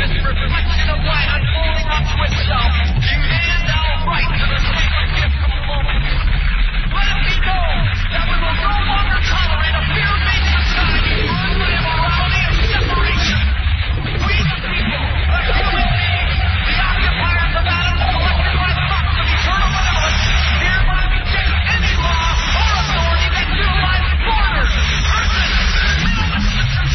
reflection of light unfolding unto itself. You hand out right to the sacred gift of the moment. Let it be known that we will no longer tolerate a fear-based society run by immorality and separation. We the people, the human beings, the occupiers of Adam's collected resource of eternal knowledge, hereby reject any law or authority that utilizes borders, curses, institutions,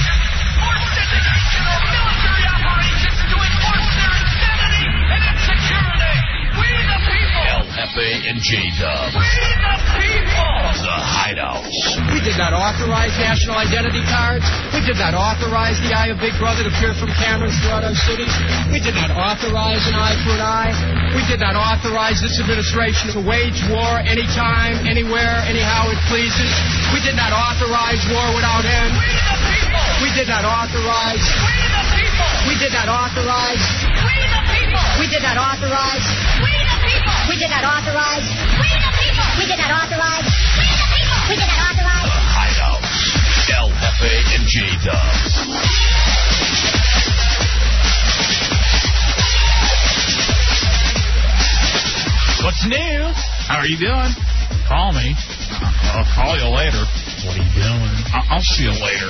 forced education, or military operations to enforce their insanity and insecurity. We the people, LFA and J Dub. we the people. The Hideouts. We did not authorize national identity cards. We did not authorize the eye of Big Brother to peer from cameras throughout our cities. We did not authorize an eye for an eye. We did not authorize this administration to wage war anytime, anywhere, anyhow it pleases. We did not authorize war without end. We the people, We did not authorize. we the people, We did not authorize. we the people, We did not authorize. we the people. We did not authorize. We the people. We did not authorize. We the people. We did not authorize. The Hideouts. LFA and J Dub. What's new? How are you doing? Call me. I'll call you later. What are you doing? I- I'll see you later.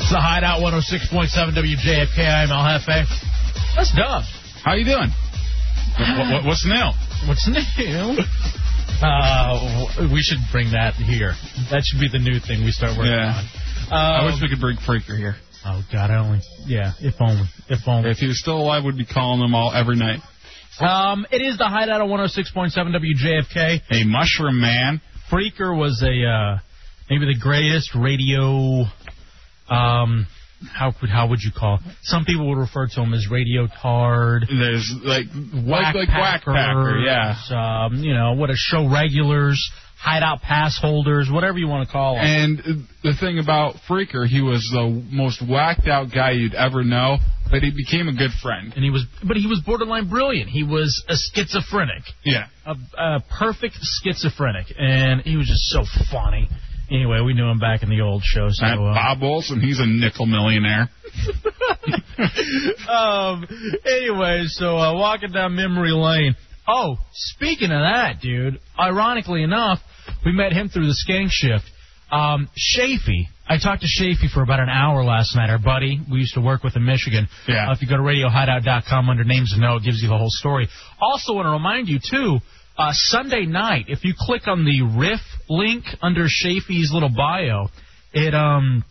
It's the Hideout 106.7 WJFK. I'm El Jefe. That's Dub. How you doing? What, what, what's new? What's new? Uh, w- we should bring that here. That should be the new thing we start working Yeah. on. Uh, I wish we could bring Freaker here. oh God, I only. Yeah, if only, if only. If he was still alive, we'd be calling him all every night. Um, it is the Hideout of 106.7 WJFK. Hey, Mushroom Man. Freaker was a uh, maybe the greatest radio. Um, how could how would you call? Some people would refer to him as radio tard. There's like whack, like whack packer, yeah. Um, you know what a show regulars, hideout pass holders, whatever you want to call them. And the thing about Freaker, he was the most whacked out guy you'd ever know, but he became a good friend. And he was, but he was borderline brilliant. He was a schizophrenic, Yeah. a, a perfect schizophrenic, and he was just so funny. Anyway, we knew him back in the old show. So And uh, Bob Olson, he's a nickel millionaire. um, anyway, so uh, walking down memory lane. Oh, speaking of that, dude, ironically enough, we met him through the skank shift. Um, Shafee, I talked to Shafee for about an hour last night, our buddy we used to work with in Michigan. Yeah. Uh, if you go to radiohideout.com under names and no, it gives you the whole story. Also, want to remind you, too, uh, Sunday night, if you click on the Riff link under Shafee's little bio, it, um,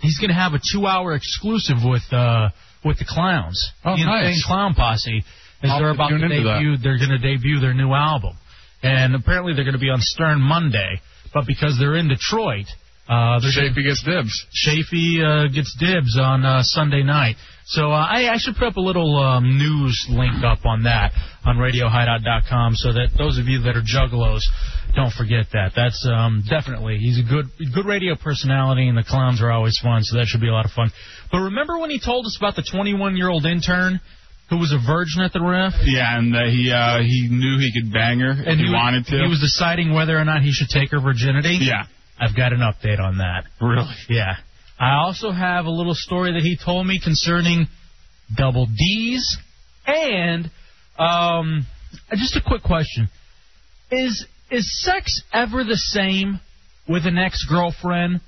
he's going to have a two-hour exclusive with uh, with the clowns. Oh, the nice. Insane Clown Posse. Is I'll they're have to about to tune into that. debut. They're going to debut their new album, and apparently they're going to be on Stern Monday. But because they're in Detroit, uh, they're Shapey gets dibs. Shafee uh, gets dibs on uh, Sunday night. So uh, I, I should put up a little um, news link up on that on RadioHideout.com so that those of you that are juggalos don't forget that. That's um, definitely he's a good good radio personality, and the clowns are always fun, so that should be a lot of fun. But remember when he told us about the 21 year old intern who was a virgin at the riff? Yeah, and uh, he uh, he knew he could bang her if he, was- wanted to. He was deciding whether or not he should take her virginity. yeah, I've got an update on that. really. Yeah. I also have a little story that he told me concerning double D's and um, just a quick question: Is is sex ever the same with an ex girlfriend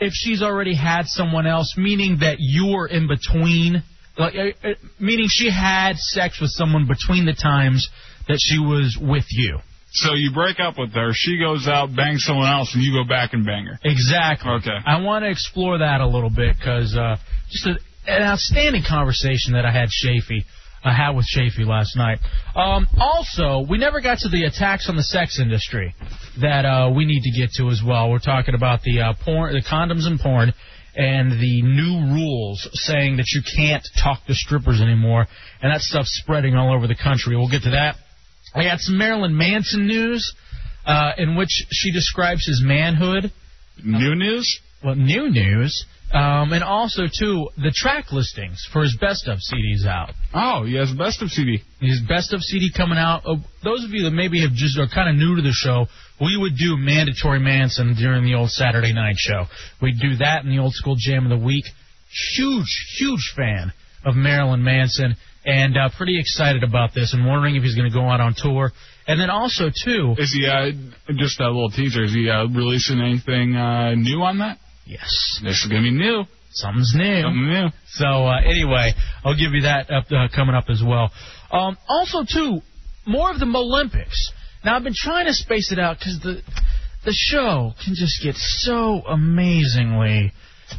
if she's already had someone else? Meaning that you were in between, like, uh, uh, meaning she had sex with someone between the times that she was with you. So you break up with her, she goes out, bangs someone else, and you go back and bang her. Exactly. Okay. I want to explore that a little bit because uh, just a, an outstanding conversation that I had Shafee. I had with Shafee last night. Um, also, we never got to the attacks on the sex industry that uh, we need to get to as well. We're talking about the uh, porn, the condoms and porn, and the new rules saying that you can't talk to strippers anymore, and that stuff's spreading all over the country. We'll get to that. I got some Marilyn Manson news, uh, in which she describes his manhood New news? Uh, well, new news, um, and also too the track listings for his best of CDs out. Oh, he has a best of CD. His best of CD coming out. Uh, those of you that maybe have just are kind of new to the show, we would do mandatory Manson during the old Saturday night show. We'd do that in the old school jam of the week. Huge, huge fan of Marilyn Manson, and uh, pretty excited about this, and wondering if he's going to go out on tour. And then also too, Is he uh, just a little teaser? Is he uh, releasing anything uh, new on that? yes, This is gonna be new. something's new. Something new. So uh, anyway, I'll give you that up uh, coming up as well. Um, also, too, more of the Olympics. Now I've been trying to space it out because the the show can just get so amazingly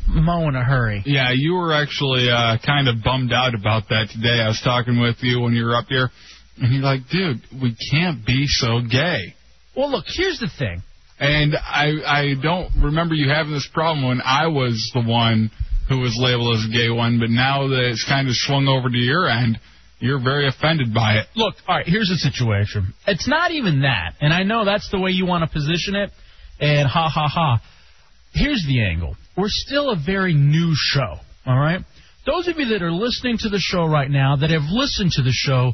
mo in a hurry. Yeah, you were actually uh, kind of bummed out about that today. I was talking with you when you were up here, and you're like, "Dude, we can't be so gay." Well, look, here's the thing. And I I don't remember you having this problem when I was the one who was labeled as a gay one, but now that it's kind of swung over to your end, you're very offended by it. Look, all right, here's the situation. It's not even that, and I know that's the way you want to position it. And ha ha ha. Here's the angle. We're still a very new show, all right? Those of you that are listening to the show right now that have listened to the show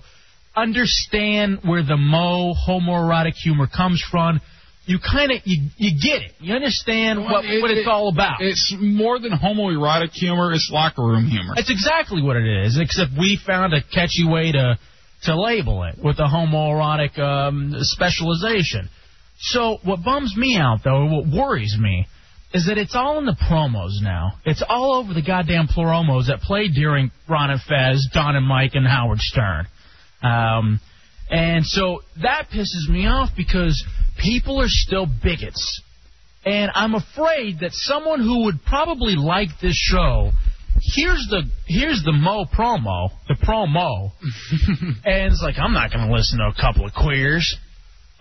understand where the mo homoerotic humor comes from. You kind of you, you get it. You understand what Well, it- what it's it- all about. It's more than homoerotic humor; it's locker room humor. That's exactly what it is, except we found a catchy way to to label it with a homoerotic um, specialization. So what bums me out though, what worries me, is that it's all in the promos now. It's all over the goddamn promos that played during Ron and Fez, Don and Mike, and Howard Stern. Um, and so that pisses me off because people are still bigots. And I'm afraid that someone who would probably like this show here's the here's the mo promo, the promo, and it's like I'm not going to listen to a couple of queers.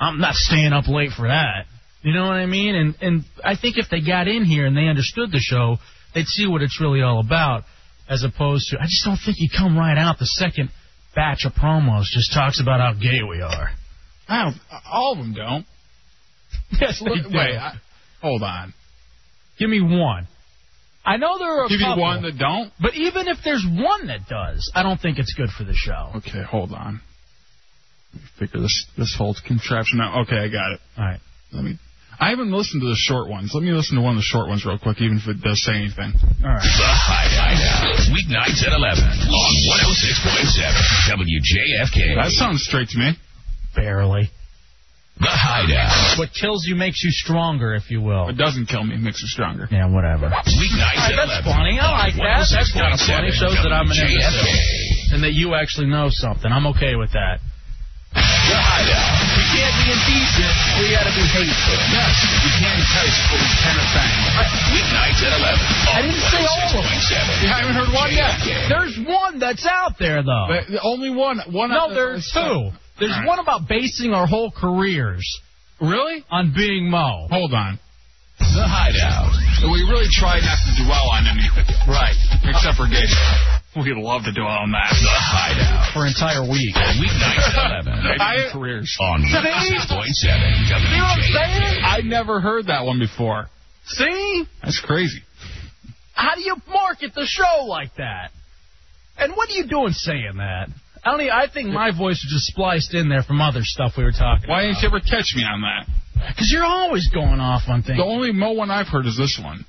I'm not staying up late for that. You know what I mean? And and I think if they got in here and they understood the show, they'd see what it's really all about, as opposed to I just don't think you come right out the second batch of promos just talks about how gay we are. I don't. All of them don't. Yes, Wait, I, hold on. give me one. I know there are a Give you couple, one that don't. but even if there's one that does, I don't think it's good for the show. Okay, hold on. Let me figure this this whole contraption out. Okay, I got it. All right. Let me. I haven't listened to the short ones. Let me listen to one of the short ones real quick, even if it does say anything. All right. The High Hideout, weeknights at 11 on 106.7 WJFK. That sounds straight to me. Barely. The Hideout, What kills you makes you stronger, if you will. It doesn't kill me. It makes me stronger. Yeah, whatever. All weeknights right, at 11. that's funny. I like that. That's kind of funny. Shows that I'm an imbecile. And that you actually know something. I'm okay with that. The Hideout, We can't be indecent. We gotta be hateful. Yes, you can taste what we can offend. weeknights at 11 on I didn't say all of them. 106.7 You haven't heard one yet. WJFK. There's one that's out there, though. But the only one. One. no, out- there's two. There's All right. one about basing our whole careers Really? on being Mo. Hold on. The Hideout. We really try not to dwell on anything. Right. Except for gay. We love to dwell on that. The Hideout, For an entire week. weeknights at 11 I- careers on 106.7 WJFK. I never heard that one before. See? That's crazy. How do you market the show like that? And what are you doing saying that? I don't. Even, I think my voice was just spliced in there from other stuff we were talking. Why didn't you ever catch me on that? Because you're always going off on things. The only Mo one I've heard is this one.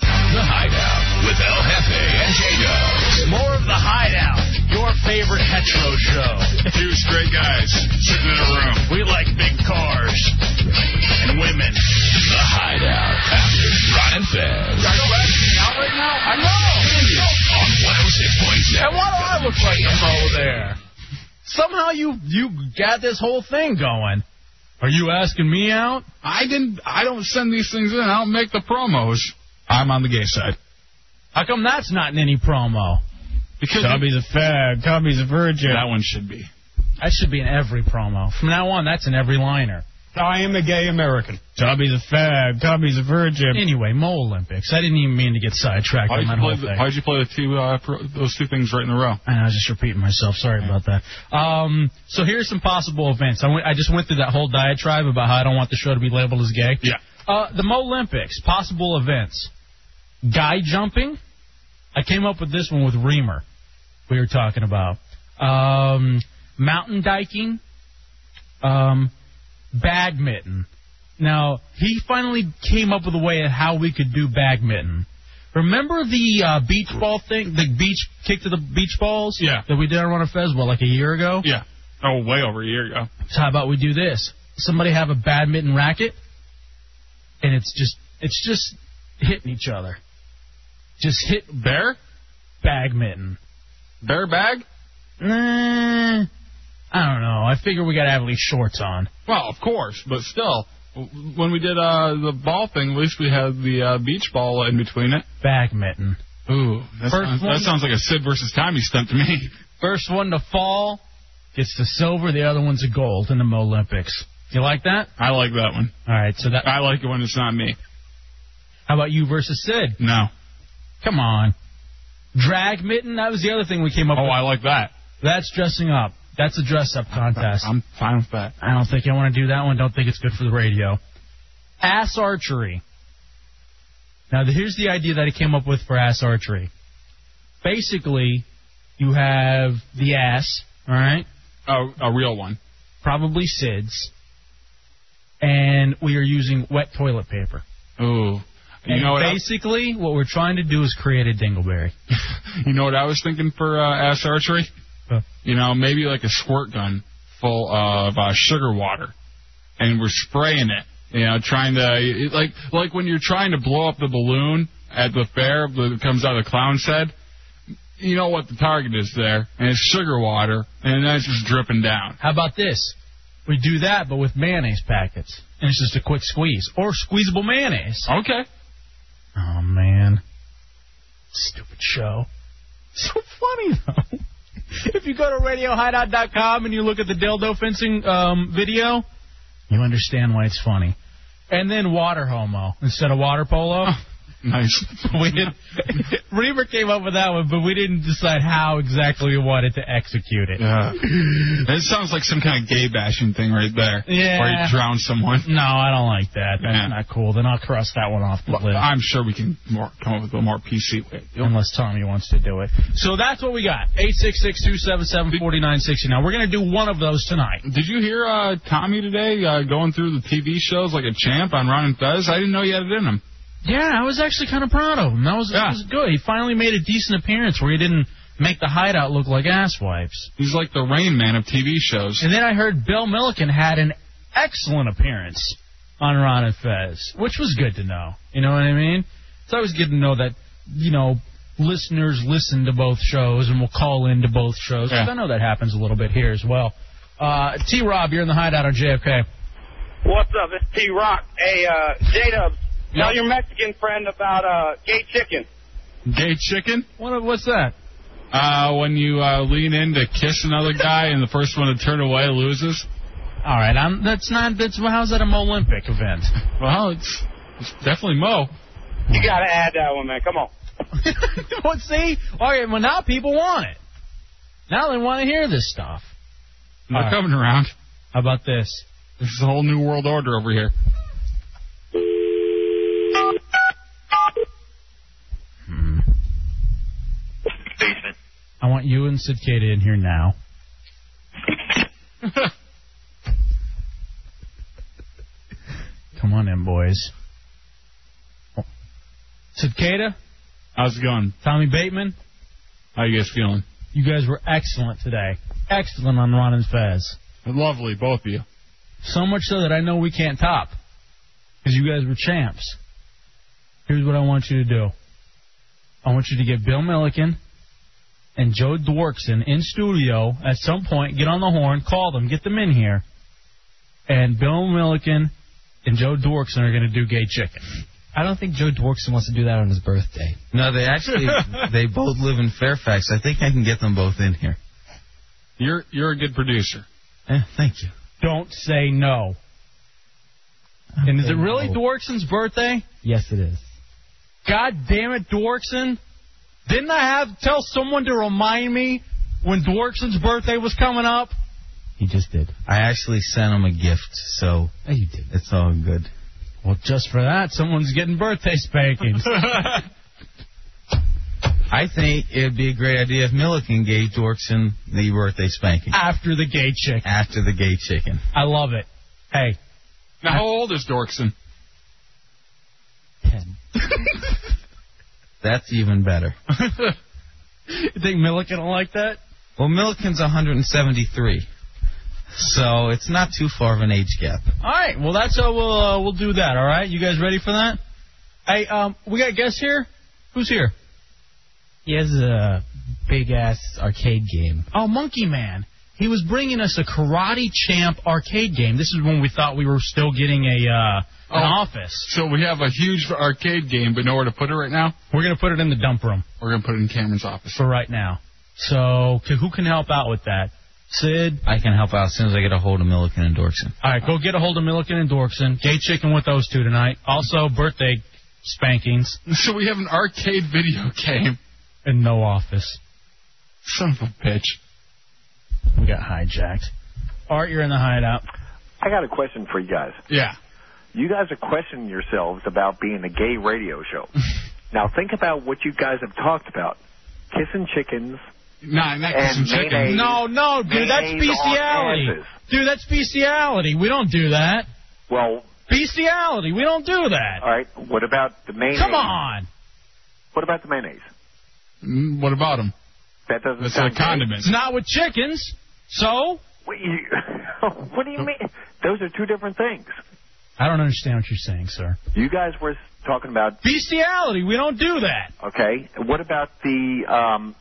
The Hideout with El Jefe and J-Dubs. More of the hideout. Your favorite hetero show. Two straight guys sitting in a room. We like big cars and women. The Hideout after Ron and Fez. Are you asking me out right now? I know. On 106.7. And why do I look like a mo there? Somehow you you got this whole thing going. Are you asking me out? I didn't. I don't send these things in. I don't make the promos. I'm on the gay side. How come that's not in any promo? Because Cubby's a fag. Cubby's a virgin. that one should be. That should be in every promo. From now on, that's in every liner. I am a gay American. Tommy's a fag. Tommy's a virgin. Anyway, Mole Olympics. I didn't even mean to get sidetracked Why'd on you, that play whole the, thing. why'd you play the two uh, pro, those two things right in a row? I know, I was just repeating myself. Sorry about that. Um, so here's some possible events. I, went, I just went through that whole diatribe about how I don't want the show to be labeled as gay. Yeah. Uh, the Mo Olympics. Possible events. Guy jumping. I came up with this one with Reamer. We were talking about um, mountain biking. Um, badminton. Now he finally came up with a way of how we could do badminton. Remember the uh, beach ball thing, the beach kick to the beach balls? Yeah. That we did on Runner Fez, what, like a year ago? Yeah. Oh, way over a year ago. So how about we do this? Somebody have a badminton racket, and it's just it's just hitting each other. Just hit Bear? badminton. Bear bag? Nah, I don't know. I figure we gotta have at least shorts on. Well, of course, but still. w- When we did uh, the ball thing, at least we had the uh, beach ball in between it. Badminton. Ooh, that First sounds, one- that sounds like a Sid versus Tommy stunt to me. First one to fall gets the silver. The other one's a gold in the Mo Olympics. You like that? I like that one. All right. So that. I like it when it's not me. How about you versus Sid? No. Come on. Drag mitten. That was the other thing we came up Oh, with. I like that. That's dressing up. That's a dress up contest. I'm fine with that. I don't think I want to do that one. Don't think it's good for the radio. Ass archery. Now, th- here's the idea that I came up with for ass archery. Basically, you have the ass, all right? Oh, a real one. Probably Sid's. And we are using wet toilet paper. Ooh. You And know what? I- basically, what we're trying to do is create a dingleberry. You know what I was thinking for uh, ass archery? Huh. You know, maybe like a squirt gun full of uh, sugar water, and we're spraying it. You know, trying to it- like like when you're trying to blow up the balloon at the fair that comes out of the clown's head. You know what the target is there, and it's sugar water, and that's just dripping down. How about this? We do that, but with mayonnaise packets. And it's just a quick squeeze. Or squeezable mayonnaise. Okay. Oh man, stupid show. So funny though. if you go to RadioHideout.com and you look at the dildo fencing um, video, you understand why it's funny. And then water homo instead of water polo. Nice. we did. Reaver came up with that one, but we didn't decide how exactly we wanted to execute it. Yeah. That sounds like some kind of gay bashing thing right there. Yeah. Or you drown someone. No, I don't like that. That's Yeah. not cool. Then I'll cross that one off the list. I'm sure we can more, come up with a more PC way. unless Tommy wants to do it. So that's what we got. 866-277-4960. Now, we're going to do one of those tonight. Did you hear uh, Tommy today uh, going through the TV shows like a champ on Ron and Fez? I didn't know he had it in him. Yeah, I was actually kind of proud of him. That was, that Yeah. was good. He finally made a decent appearance where he didn't make the hideout look like ass wipes. He's like the Rain Man of TV shows. And then I heard Bill Milliken had an excellent appearance on Ron and Fez, which was good to know. You know what I mean? It's always good to know that, you know, listeners listen to both shows and will call in to both shows. 'cause Yeah. I know that happens a little bit here as well. Uh, T Rob, you're in the hideout on JFK. What's up? It's T Rock. Hey, uh, J Dubs, Yeah. tell your Mexican friend about uh, gay chicken. Gay chicken? What, what's that? Uh, when you uh, lean in to kiss another guy and the first one to turn away loses? All right, I'm, that's not. That's how's that an Olympic event? Well, it's, it's definitely Mo. You gotta add that one, man. Come on. well, see, all right. Well, now people want it. Now they want to hear this stuff. They're All right. coming around. How about this? This is a whole new world order over here. basement. I want you and Sid Cata in here now. Come on in, boys. Sid Cata, How's it going? Tommy Bateman, How you guys feeling? you guys were excellent today. Excellent on Ron and Fez. Lovely, both of you. So much so that I know we can't top. Because you guys were champs. Here's what I want you to do I want you to get Bill Milliken and Joe Dworkson in studio at some point. Get on the horn, call them, get them in here. And Bill Milliken and Joe Dworkson are going to do gay chicken. I don't think Joe Dworkson wants to do that on his birthday. No, they actually they both live in Fairfax. I think I can get them both in here. You're you're a good producer. Eh, thank you. Don't say no. And is it really No. Dworkson's birthday? Yes, it is. God damn it, Dworkson. Didn't I have tell someone to remind me when Dworkson's birthday was coming up? He just did. I actually sent him a gift, so you did. It's all good. Well, just for that, someone's getting birthday spankings. I think it'd be a great idea if Milliken gave Dorkson the birthday spanking After the gay chick. after the gay chicken. I love it. Hey, Now, how old is Dorkson? Ten. That's even better. You think Milliken will like that? Well, Milliken's 173, so it's not too far of an age gap. All right. Well, that's how we'll uh, we'll do that. All right. You guys ready for that? Hey, um, we got a guest here. Who's here? He has a big ass arcade game. Oh, Monkey Man. He was bringing us a Karate Champ arcade game. This is when we thought we were still getting a uh, an office. So we have a huge arcade game, but nowhere to put it right now. We're gonna put it in the dump room We're gonna put it in Cameron's office. for right now. So, c- who can help out with that? Sid. I can help out as soon as I get a hold of Milliken and Dorkson. All right, go get a hold of Milliken and Dorkson. Gay chicken with those two tonight. Also, birthday spankings So we have an arcade video game. and no office. Son of a bitch. We got hijacked. Art, you're in the hideout. I got a question for you guys. Yeah. You guys are questioning yourselves about being a gay radio show. now think about what you guys have talked about. Kissing chickens. Nah, not And kissing chicken. mayonnaise. No, no, dude, that's Mayonnaise on bestiality. asses. Dude, that's bestiality. We don't do that. Well, Bestiality. We don't do that. all right, what about the mayonnaise? Come on. What about the mayonnaise? Mm, What about them? That doesn't That's sound like gay. condiments. It's not with chickens. So? What, you, what do you mean? Those are two different things. I don't understand what you're saying, sir. You guys were talking about Bestiality. We don't do that. okay. What about the um,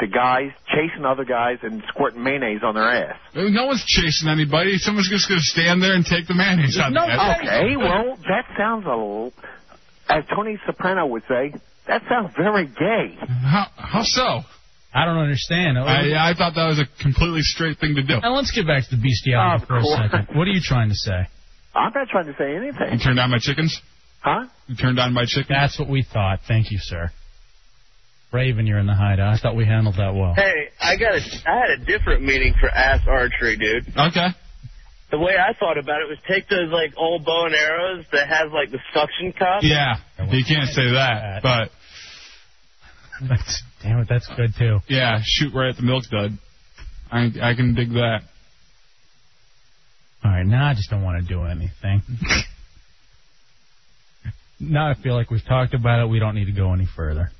the guys chasing other guys and squirting mayonnaise on their ass? No one's chasing anybody. Someone's just gonna stand there and take the mayonnaise out. of No the- kidding. Okay, well that sounds a little, as Tony Soprano would say, that sounds very gay. How, how so? I don't understand. I, I thought that was a completely straight thing to do. now, let's get back to the bestiality Of for a course. second. What are you trying to say? I'm not trying to say You anything, turned on my chickens. huh? You turned on my chicken. That's what we thought. Thank you, sir. Raven, you're in the hideout. I thought we handled that well. Hey, I got a, I had a different meaning for ass archery, dude. Okay. The way I thought about it was take those like old bow and arrows that has like the suction cup. Yeah. You can't say that, but That's, damn it, that's good too. yeah, shoot right at the milk dud. I I can dig that. All right, now I just don't want to do anything. now I feel like we've talked about it. We don't need to go any further.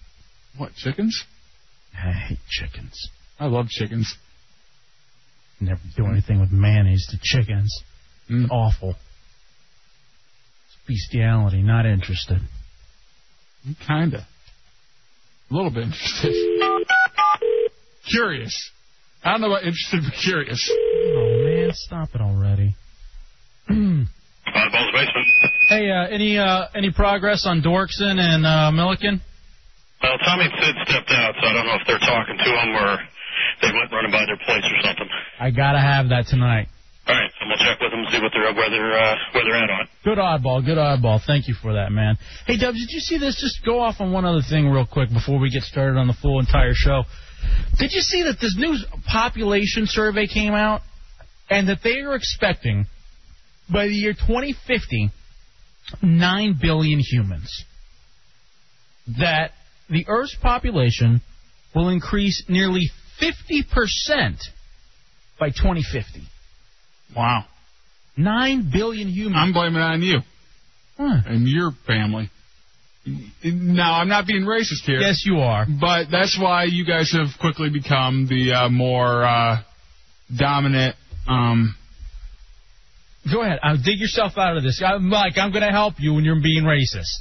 What chickens? I hate chickens. I love chickens. Never do anything with mayonnaise to chickens. Mm. Awful. It's bestiality. Not interested. Kinda. A little bit interested. curious. I don't know about interested, but curious. Oh man, stop it already. hey, uh, any uh, any progress on Dorkson and uh, Milliken? Well, Tommy and Sid stepped out, so I don't know if they're talking to him or they went running by their place or something. I gotta have that tonight. All right, I'm gonna check with them and see what they're where they're uh, where they're at on. it. Good oddball, good oddball. Thank you for that, man. Hey, Dubs, did you see this? Just go off on one other thing real quick before we get started on the full entire show. Did you see that this new population survey came out and that they are expecting by the year 2050 9 billion humans? That the Earth's population will increase nearly 50% by 2050. Wow. 9 billion humans. I'm blaming it on you Huh. and your family. Now, I'm not being racist here. Yes, you are. But that's why you guys have quickly become the uh, more uh, dominant. Um, Go ahead. Uh, dig yourself out of this. i Mike, I'm going to help you when you're being racist.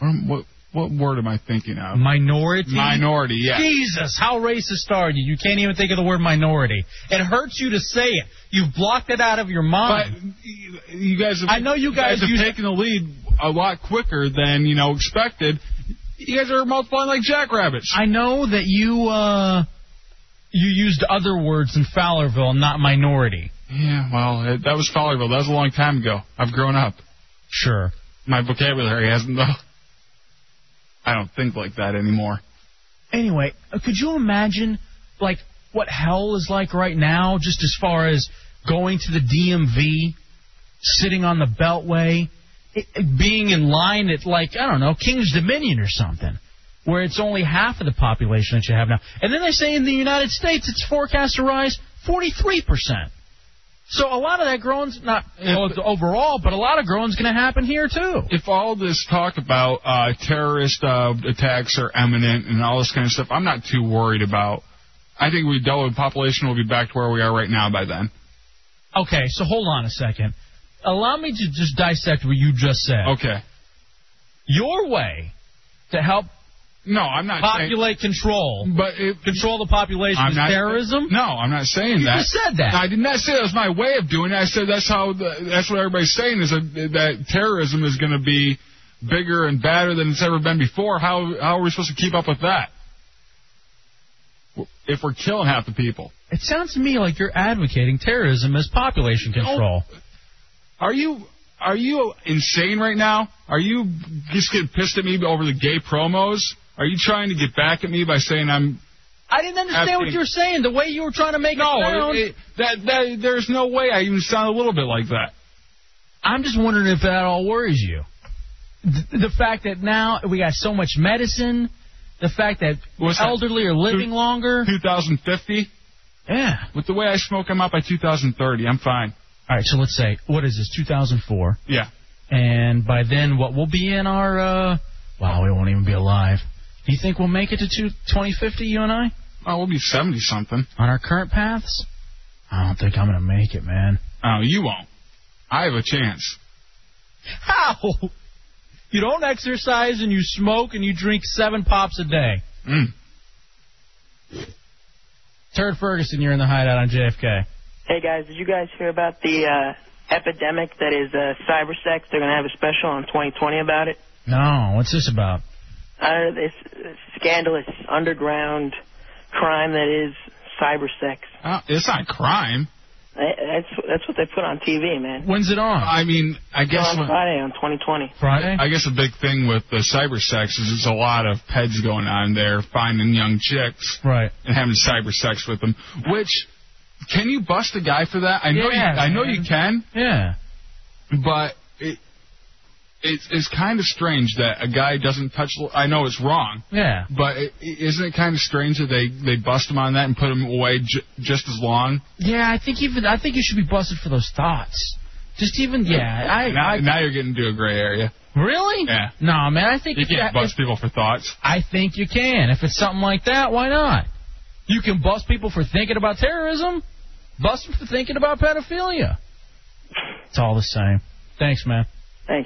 um, what what word am I thinking of? Minority? Minority. Yeah. Jesus, how racist are you? You can't even think of the word minority. It hurts you to say it. You've blocked it out of your But mind. you- you guys, have, I know you guys have use- taken the lead a lot quicker than you know expected. You guys are multiplying like jackrabbits. I know Oh, that you uh, you used other words in Fowlerville, not minority. yeah. Well, it, that was Fowlerville. That was a long time ago. I've grown up. Sure. My vocabulary hasn't though. I don't think like that anymore. anyway, uh, could you imagine like what hell is like right now just as far as going to the DMV, sitting on the beltway, it, it being in line at like I don't know, King's Dominion or something. Where it's only half of the population that you have now. And then they say in the United States it's forecast to rise 43%. So a lot of that growing's not well, it's overall, but a lot of growing's going to happen here too. If all this talk about uh, terrorist uh, attacks are imminent and all this kind of stuff, I'm not too worried about. I think we dealt with population will be back to where we are right now by then. Okay, so hold on a second. Allow me to just dissect what you just said. Okay. Your way to help no, I'm not populate control, but control the population I'm is not- terrorism. No, I'm not saying You that. just said that. I did not say that was my way of doing it. I said that's how. The, that's what everybody's saying is that, that terrorism is going to be bigger and badder than it's ever been before. How how are we supposed to keep up with that? If we're killing half the people, It sounds to me like you're advocating terrorism as population control. are you are you insane right now? Are you just getting pissed at me over the gay promos? Are you trying to get back at me by saying I'm I didn't understand what Asking- you were saying. The way you were trying to make no? it sound. it- it- that that there's no way I even sound a little bit like that. I'm just wondering if that all worries you. Th- The fact that now we got so much medicine, the fact that What's that? elderly are living Two- longer. 2050. Yeah. With the way I smoke, I'm out by 2030. I'm fine. All right, so let's say what is this? 2004, Yeah. and by then what we'll be in our uh, wow, we won't even be alive. Do you think we'll make it to two- 2050, you and I, Oh, we'll be 70 something. on our current paths? I don't think I'm gonna make it, man. Oh, you won't. I have a chance. How? You don't exercise and you smoke and you drink seven pops a day. Mm. Turd Ferguson, you're in the hideout on JFK. Hey guys, did you guys hear about the uh, epidemic that is uh, cyber sex? They're gonna have a special on 2020 about it. No, what's this about? Uh, this scandalous underground crime that is cyber sex. Uh, it's not crime. That- That's that's what they put on TV, man. When's it on? I mean, I It's guess on when- Friday on 2020. Friday. I guess a big thing with the cyber sex is there's a lot of peds going on there finding young chicks Right. and having cyber sex with them. Which can you bust a guy for that? I know you. Yeah, I know man. you can. Yeah. but it, it's it's kind of strange that a guy doesn't touch. I know it's wrong, Yeah. but is isn't it kind of strange that they they bust him on that and put him away j- just as long? Yeah, I think even I think you should be busted for those thoughts. Just even yeah, I, now, I now you're getting into a gray area. really Yeah. no man. I think You if can't you- bust people for thoughts. I think you can. If it's something like that, why not? You can bust people for thinking about terrorism. Bust them for thinking about pedophilia. It's all the same. Thanks, man.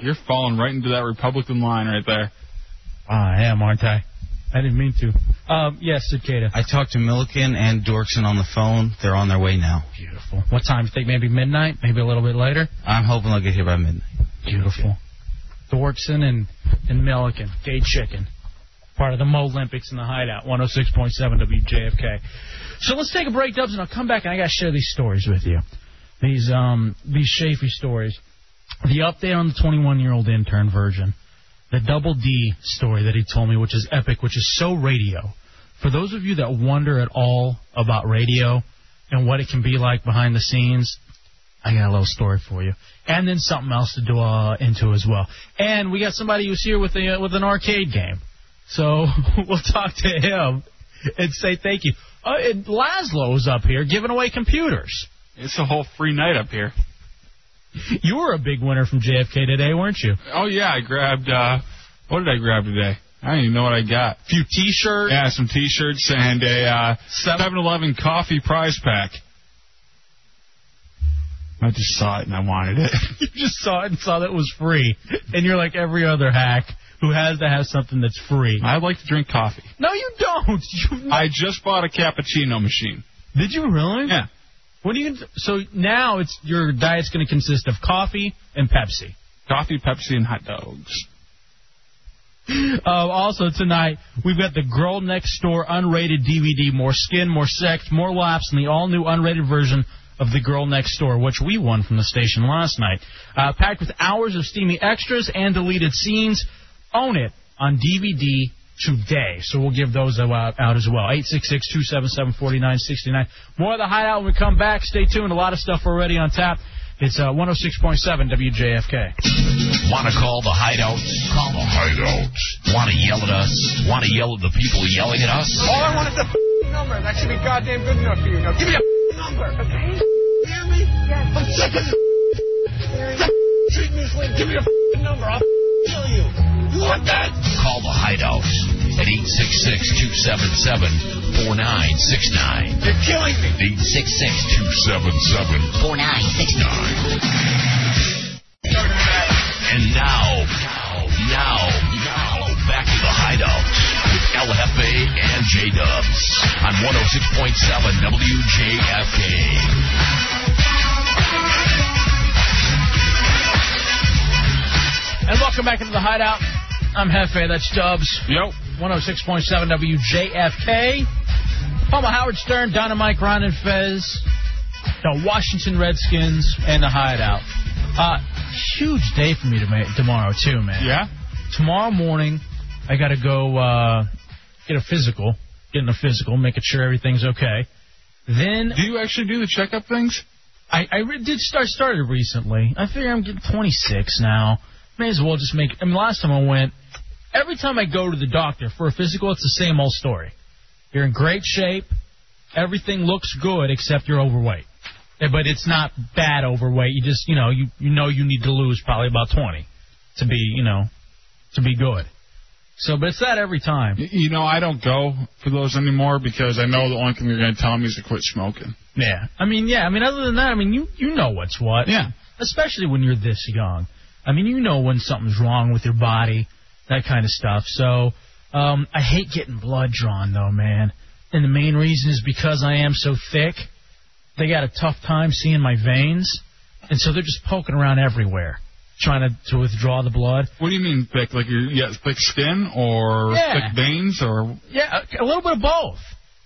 You're falling right into that Republican line right there. I am, aren't Ah, I? I didn't mean to. Um, yes, Cicada. I talked to Milliken and Dorkson on the phone. They're on their way now. Beautiful. What time? You think maybe midnight? Maybe a little bit later? I'm hoping they'll get here by midnight. Beautiful. Dorkson and, and Milliken, gay chicken. Part of the Mo Olympics in the hideout, 106.7 WJFK. So let's take a break, Dubs, and I'll come back and I got to share these stories with you. These um these Shafee stories. The update on the 21 year old intern virgin. The double D story that he told me, which is epic, which is so radio. For those of you that wonder at all about radio and what it can be like behind the scenes, I got a little story for you, and then something else to do uh, into as well. And we got somebody who's here with a uh, with an arcade game, so we'll talk to him and say thank you. Uh, and Laszlo's up here giving away computers. It's a whole free night up here. You were a big winner from JFK today, weren't you? Oh yeah, I grabbed. uh What did I grab today? I don't even know what I got. few T-shirts. Yeah, some T-shirts and a uh, 7-Eleven coffee prize pack. I just saw it and I wanted it. you just saw it and saw that it was free, and you're like every other hack who has to have something that's free. I like to drink coffee. No, you don't. You I just bought a cappuccino machine. Did you really? Yeah. What do you? So now it's your diet's going to consist of coffee and Pepsi. Coffee, Pepsi, and hot dogs. Uh, also tonight we've got the Girl Next Door unrated DVD. More skin, more sex, more laps, and the all-new unrated version of the Girl Next Door, which we won from the station last night. Uh, packed with hours of steamy extras and deleted scenes. Own it on DVD today. So we'll give those out, out as well. 866-277-4969. More of the hideout when we come back. Stay tuned. A lot of stuff already on tap. It's uh, 106.7 WJFK. Want to call the hideout? Call the hideout. Want to yell at us? Want to yell at the people yelling at us? All I want is a number. That should be goddamn good enough for you. Now give me a number. Okay? Hear me? I'm sick of you. Treat me like give me a f***ing number. I'll kill you. You want that? Call the hideout at 866 277 4969. You're killing me. 866 277 4969. And now, now, now, back to the hideout with LFA and J Dubs on 106.7 WJFK. And welcome back into the hideout. I'm Hefe, that's Dubs. oh Yep. 106.7 WJFK. Homer Howard Stern, Dynamite, Ron and Fez, the Washington Redskins, and the hideout. Uh, huge day for me to ma- tomorrow, too, man. Yeah? Tomorrow morning, I got to go uh, get a physical, getting a physical, making sure everything's okay. Then. Do you actually do the checkup things? I, I re- did start started recently. I figure I'm getting 26 now. May as well just make. I mean, last time I went, every time I go to the doctor for a physical, it's the same old story. You're in great shape. Everything looks good except you're overweight. Eh, But it's not bad overweight. You just, you know, you you know you need to lose probably about 20 to be, you know, to be good. So, but it's that every time. You know, I don't go for those anymore because I know the only thing they're going to tell me is to quit smoking. Yeah. I mean, yeah. I mean, other than that, I mean, you you know what's what. Yeah. Especially when you're this young. I mean, you know when something's wrong with your body, that kind of stuff. So, um, I hate getting blood drawn though, man. And the main reason is because I am so thick. They got a tough time seeing my veins, and so they're just poking around everywhere, trying to to withdraw the blood. What do you mean thick? Like your yeah, thick skin or Yeah. thick veins or Yeah, a- a little bit of both.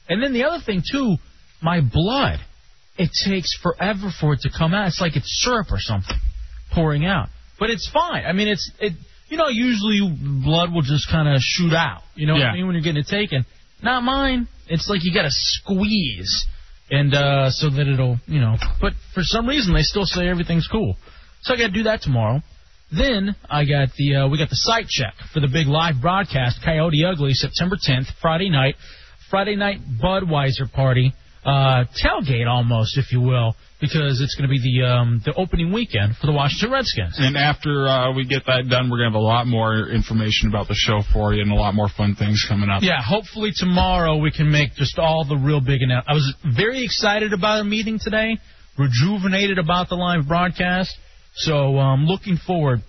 And then the other thing too, my blood. It takes forever for it to come out. It's like it's syrup or something pouring out. But it's fine. I mean, it's it. You know, usually blood will just kind of shoot out. You know what Yeah. I mean when you're getting it taken. Not mine. It's like you got to squeeze, and uh so that it'll you know. But for some reason they still say everything's cool. So I got to do that tomorrow. Then I got the uh, we got the site check for the big live broadcast Coyote Ugly September 10th Friday night Friday night Budweiser party uh, tailgate almost if you will because it's going to be the um, the opening weekend for the Washington Redskins. And after uh, we get that done, we're gonna have a lot more information about the show for you and a lot more fun things coming up. Yeah, hopefully tomorrow we can make just all the real big announcements. I was very excited about our meeting today, rejuvenated about the live broadcast. So um, looking forward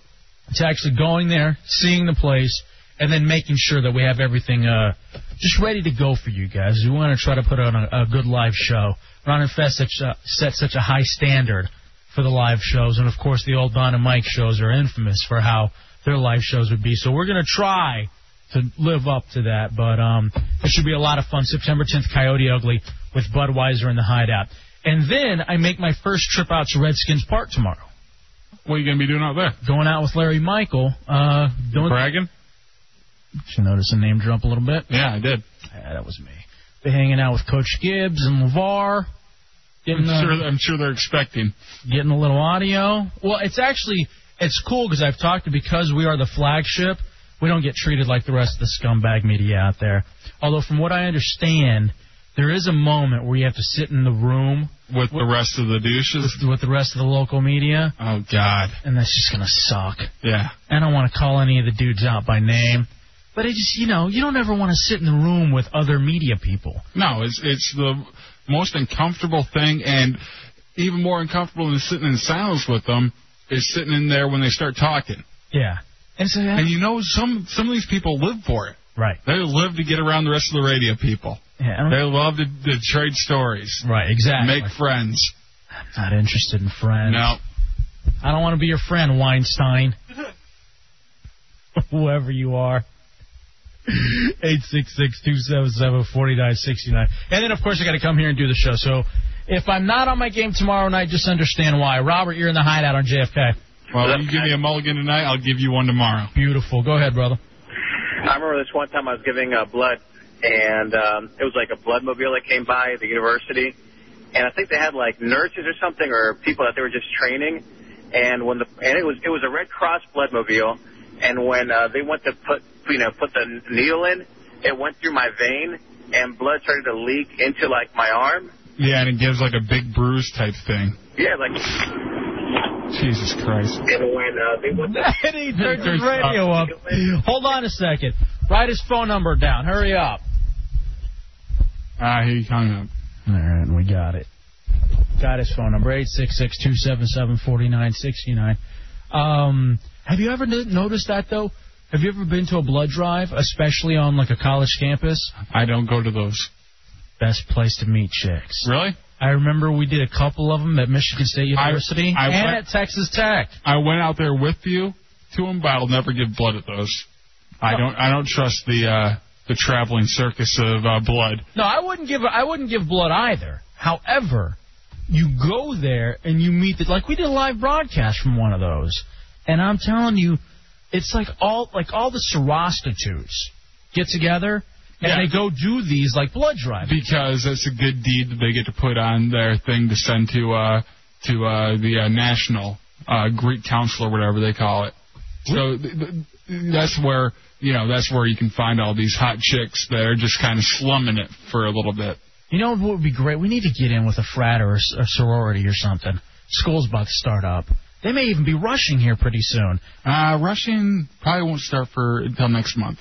to actually going there, seeing the place, and then making sure that we have everything uh, just ready to go for you guys. We want to try to put on a, a good live show. Ron and Fest such a, set such a high standard for the live shows, and of course the old Don and Mike shows are infamous for how their live shows would be. So we're gonna try to live up to that, but um, it should be a lot of fun. September 10th, Coyote Ugly with Budweiser in the hideout, and then I make my first trip out to Redskins Park tomorrow. What are you gonna be doing out there? Going out with Larry Michael. Uh, doing bragging. Did you notice the name drop a little bit? Yeah, I did. Yeah, that was me. Be hanging out with Coach Gibbs and Levar. I'm Getting, uh, sure, I'm sure they're expecting. getting a little audio. Well, it's actually it's cool because I've talked to because we are the flagship. We don't get treated like the rest of the scumbag media out there. Although, from what I understand, there is a moment where you have to sit in the room with the rest of the douches, with, the rest of the local media. Oh God! And that's just gonna suck. Yeah. I don't want to call any of the dudes out by name, but I just you know you don't ever want to sit in the room with other media people. No, it's it's the most uncomfortable thing, and even more uncomfortable than sitting in silence with them is sitting in there when they start talking. Yeah. And so And you know, some some of these people live for it. Right. They live to get around the rest of the radio people. Yeah, I don't- They love to, to trade stories. Right, exactly. Make friends. I'm not interested in friends. No. I don't want to be your friend, Weinstein. Whoever you are. 866-277-4969. And then, of course, I got to come here and do the show. So if I'm not on my game tomorrow night, just understand why. Robert, you're in the hideout on JFK. Well, you give me a mulligan tonight, I'll give you one tomorrow. Beautiful. Go ahead, brother. I remember this one time I was giving uh, blood, and um, it was like a blood mobile that came by at the university, and I think they had like nurses or something or people that they were just training, and when the and it was it was a Red Cross blood mobile, and when uh, they went to put you know put the needle in, it went through my vein, and blood started to leak into like my arm. Yeah, and it gives like a big bruise type thing. Yeah, like. Jesus Christ. And when uh, they went to. and he turns his radio up. Hold on a second. Write his phone number down. Hurry up. Ah, he hung up. All right, we got it. Got his phone number eight six six two seven seven forty nine sixty nine. Um, have you ever no- noticed that though? Have you ever been to a blood drive, especially on like a college campus? I don't go to those. Best place to meet chicks. Really? I remember we did a couple of them at Michigan State University I and went- at Texas Tech. I went out there with you to him, but I'll never give blood at those. I don't. I don't trust the uh, the traveling circus of uh, blood. No, I wouldn't give I wouldn't give blood either. However, you go there and you meet the, like we did a live broadcast from one of those, and I'm telling you, it's like all like all the serostitutes get together and Yeah. they go do these like blood drives. because that's a good deed that they get to put on their thing to send to uh to uh the uh, national uh Greek council or whatever they call it. So th- th- that's where you know that's where you can find all these hot chicks that are just kind of slumming it for a little bit. You know what would be great? We need to get in with a frat or a, s- a sorority or something. School's about to start up. They may even be rushing here pretty soon. Uh rushing probably won't start for until next month.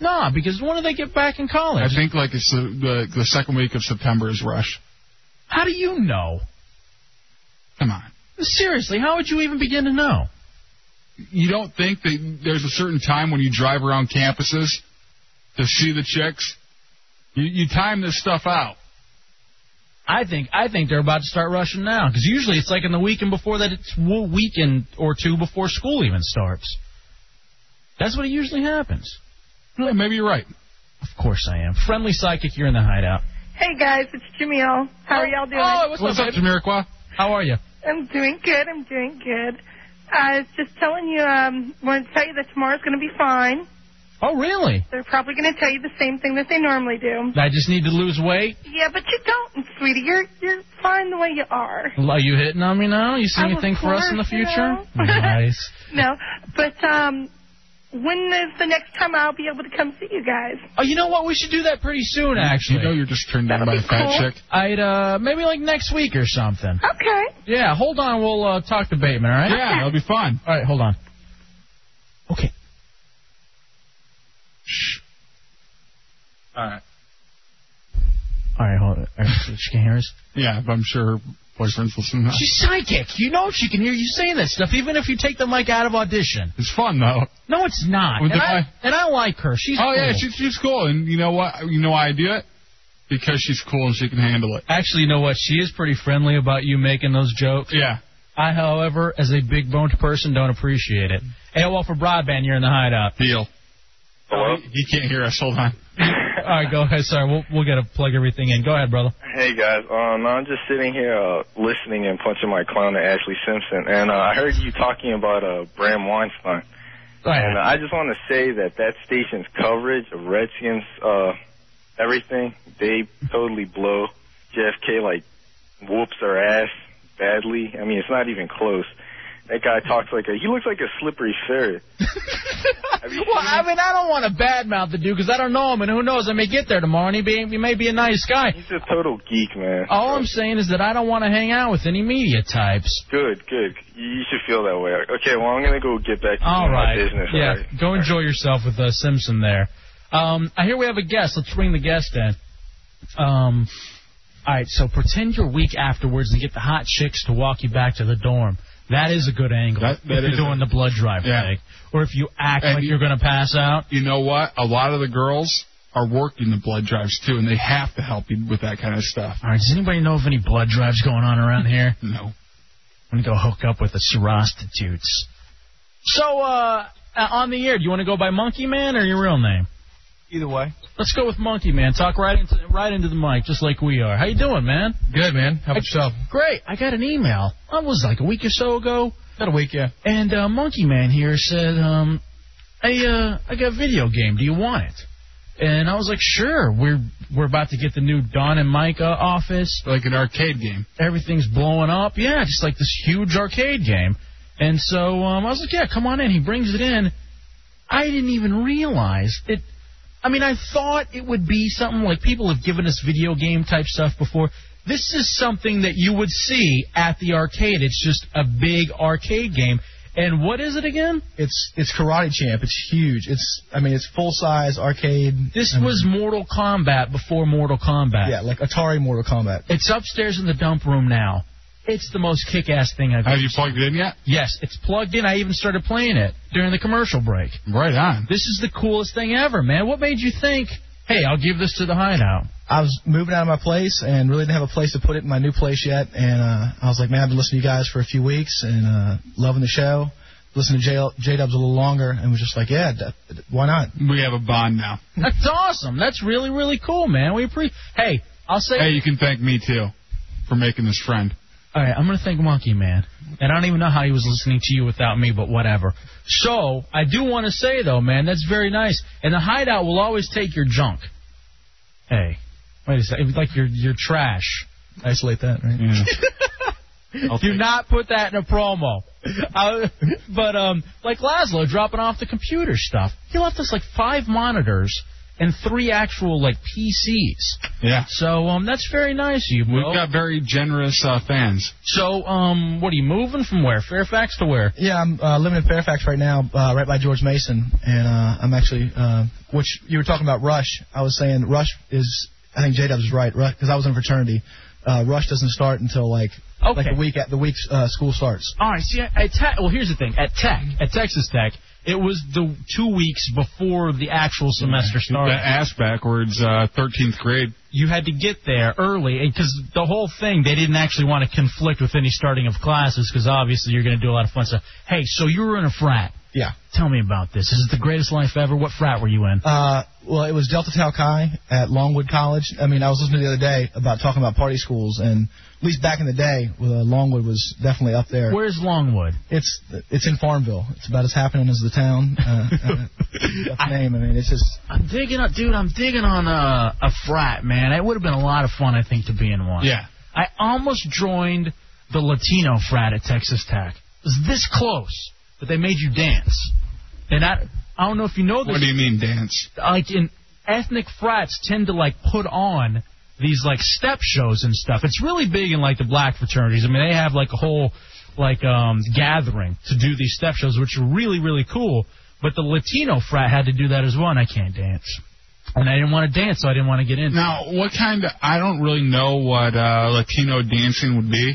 Nah, because when do they get back in college? I think like it's the the, the second week of September is rush. How do you know? Come on. Seriously, how would you even begin to know? You don't think that there's a certain time when you drive around campuses to see the chicks? You, you time this stuff out. I think I think they're about to start rushing now because usually it's like in the weekend before that it's a weekend or two before school even starts. That's what it usually happens. Yeah, maybe you're right. Of course I am. Friendly psychic, you're in the hideout. Hey guys, it's Jimmy O. How are y'all doing? Oh, what's, up, babe? Jamiroquai? How are you? I'm doing good. I'm doing good. I was just telling you, um, wanted to tell you that tomorrow's going to be fine. Oh, really? They're probably going to tell you the same thing that they normally do. I just need to lose weight. Yeah, but you don't, sweetie. You're you're fine the way you are. Are you hitting on me now? You see I'm a anything for us in the flirt, you future? know? nice. No, but um, when is the next time I'll be able to come see you guys? Oh, you know what? We should do that pretty soon, actually. You know you're just turned down by a fat cool. chick. I'd uh maybe like next week or something. Okay. Yeah, hold on. We'll uh, talk to Bateman. All right. Yeah, that'll be fun. All right, hold on. Okay. All right. All right, hold on. All right, so she can hear us. Yeah, but I'm sure her boyfriend's listening. She's psychic. You know she can hear you saying that stuff, even if you take the mic out of audition. It's fun though. No, it's not. With And the- I, and I like her. She's oh yeah, cool. she's she's cool, and you know what? You know why I do it? Because she's cool and she can handle it. Actually, you know what? She is pretty friendly about you making those jokes. Yeah. I, however, as a big boned person, don't appreciate it. AOL for broadband, you're in the hideout. Deal. Hello. He can't hear us. Hold on. All right, go ahead. Sorry, we'll, we'll get to plug everything in. Go ahead, brother. Hey guys, um, I'm just sitting here uh, listening and punching my clown at Ashley Simpson, and uh, I heard you talking about uh, Bram Weinstein, and uh, I just want to say that that station's coverage of Redskins, uh, everything, they totally blow. JFK like whoops our ass badly. I mean, it's not even close. That guy talks like a he looks like a slippery ferret. Well, I mean, I don't want to badmouth the dude because I don't know him, and who knows? I may get there tomorrow, and he, be, he may be a nice guy. He's a total geek, man. All I'm saying is that I don't want to hang out with any media types. Good, good. You should feel that way. Okay, well I'm gonna go get back to All my right. business. yeah, all right? go enjoy yourself with uh, Simpson there. Um, I hear we have a guest. Let's bring the guest in. Um, all right, so pretend you're weak afterwards and get the hot chicks to walk you back to the dorm. That is a good angle that if you're is doing the blood drive Yeah. thing. Or if you act And like you- you, are going to pass out. You know what? A lot of the girls are working the blood drives too, and they have to help you with that kind of stuff. All right, does anybody know of any blood drives going on around here? No. I'm going to go hook up with the prostitutes. So, uh, uh, on the air, do you want to go by Monkey Man or your real name? Either way. Let's go with Monkey Man. Talk right into right into the mic, just like we are. How you doing, man? Good, man. How about yourself? Great. I got an email. That was like a week or so ago. About a week, yeah. And uh, Monkey Man here said, um, "Hey, uh, I got a video game. Do you want it?" And I was like, "Sure." We're we're about to get the new Don and Mike uh, office, like an arcade game. Everything's blowing up. Yeah, just like this huge arcade game. And so um, I was like, "Yeah, come on in." He brings it in. I didn't even realize it. I mean, I thought it would be something like people have given us video game type stuff before. This is something that you would see at the arcade. It's just a big arcade game. And what is it again? It's it's Karate Champ. It's huge. It's I mean it's full size arcade. This was Mortal Kombat before Mortal Kombat. Yeah, like Atari Mortal Kombat. It's upstairs in the dump room now. It's the most kick-ass thing I've. Have ever you seen. plugged it in yet? Yes, it's plugged in. I even started playing it during the commercial break. Right on. This is the coolest thing ever, man. What made you think, hey, I'll give this to the hideout? I was moving out of my place and really didn't have a place to put it in my new place yet. And uh, I was like, man, I've been listening to you guys for a few weeks and uh, loving the show. Listened to J- J-Dubs a little longer and was just like, yeah, d- d- why not? We have a bond now. That's awesome. That's really, really cool, man. We appreciate. Hey, I'll say. Hey, you can thank me too for making this friend. All right, I'm going to thank Monkey Man. And I don't even know how he was listening to you without me, but whatever. So, I do want to say, though, man, that's very nice. And the hideout will always take your junk. Hey, wait a second. It's like your, your trash. Isolate that, right? do not put that in a promo. I, but, um, like Laszlo dropping off the computer stuff, he left us like five monitors and three actual, like, PCs. Yeah. So, um, that's very nice of you, bro. We've got very generous uh, fans. So, um, what are you moving from where? Fairfax to where? Yeah, I'm uh, living in Fairfax right now, uh, right by George Mason, and uh, I'm actually, uh, which you were talking about Rush. I was saying Rush is, I think J Dub's right, because I was in a fraternity. Uh, Rush doesn't start until like like the week at the week uh, school starts. All right. See, at at Tech. Well, here's the thing. At Tech, at Texas Tech, it was the two weeks before the actual semester That started. ass backwards, uh, 13th grade. You had to get there early because the whole thing they didn't actually want to conflict with any starting of classes because obviously you're going to do a lot of fun stuff. Hey, so you were in a frat. Yeah. Tell me about this. This is the greatest life ever. What frat were you in? Uh, well, it was Delta Tau Chi at Longwood College. I mean, I was listening the other day about talking about party schools, and at least back in the day, uh, Longwood was definitely up there. Where's Longwood? It's it's in Farmville. It's about as happening as the town. Uh, uh, tough name. I mean, it's just I'm digging up, dude. I'm digging on a, a frat, man. It would have been a lot of fun, I think, to be in one. Yeah. I almost joined the Latino frat at Texas Tech. It was this close, but they made you dance. And I, I don't know if you know this. What do you mean dance? Like in ethnic frats tend to like put on these like step shows and stuff. It's really big in like the black fraternities. I mean, they have like a whole like um gathering to do these step shows, which are really really cool. But the Latino frat had to do that as well. And I can't dance, and I didn't want to dance, so I didn't want to get in. Now, what kind of? I don't really know what uh, Latino dancing would be.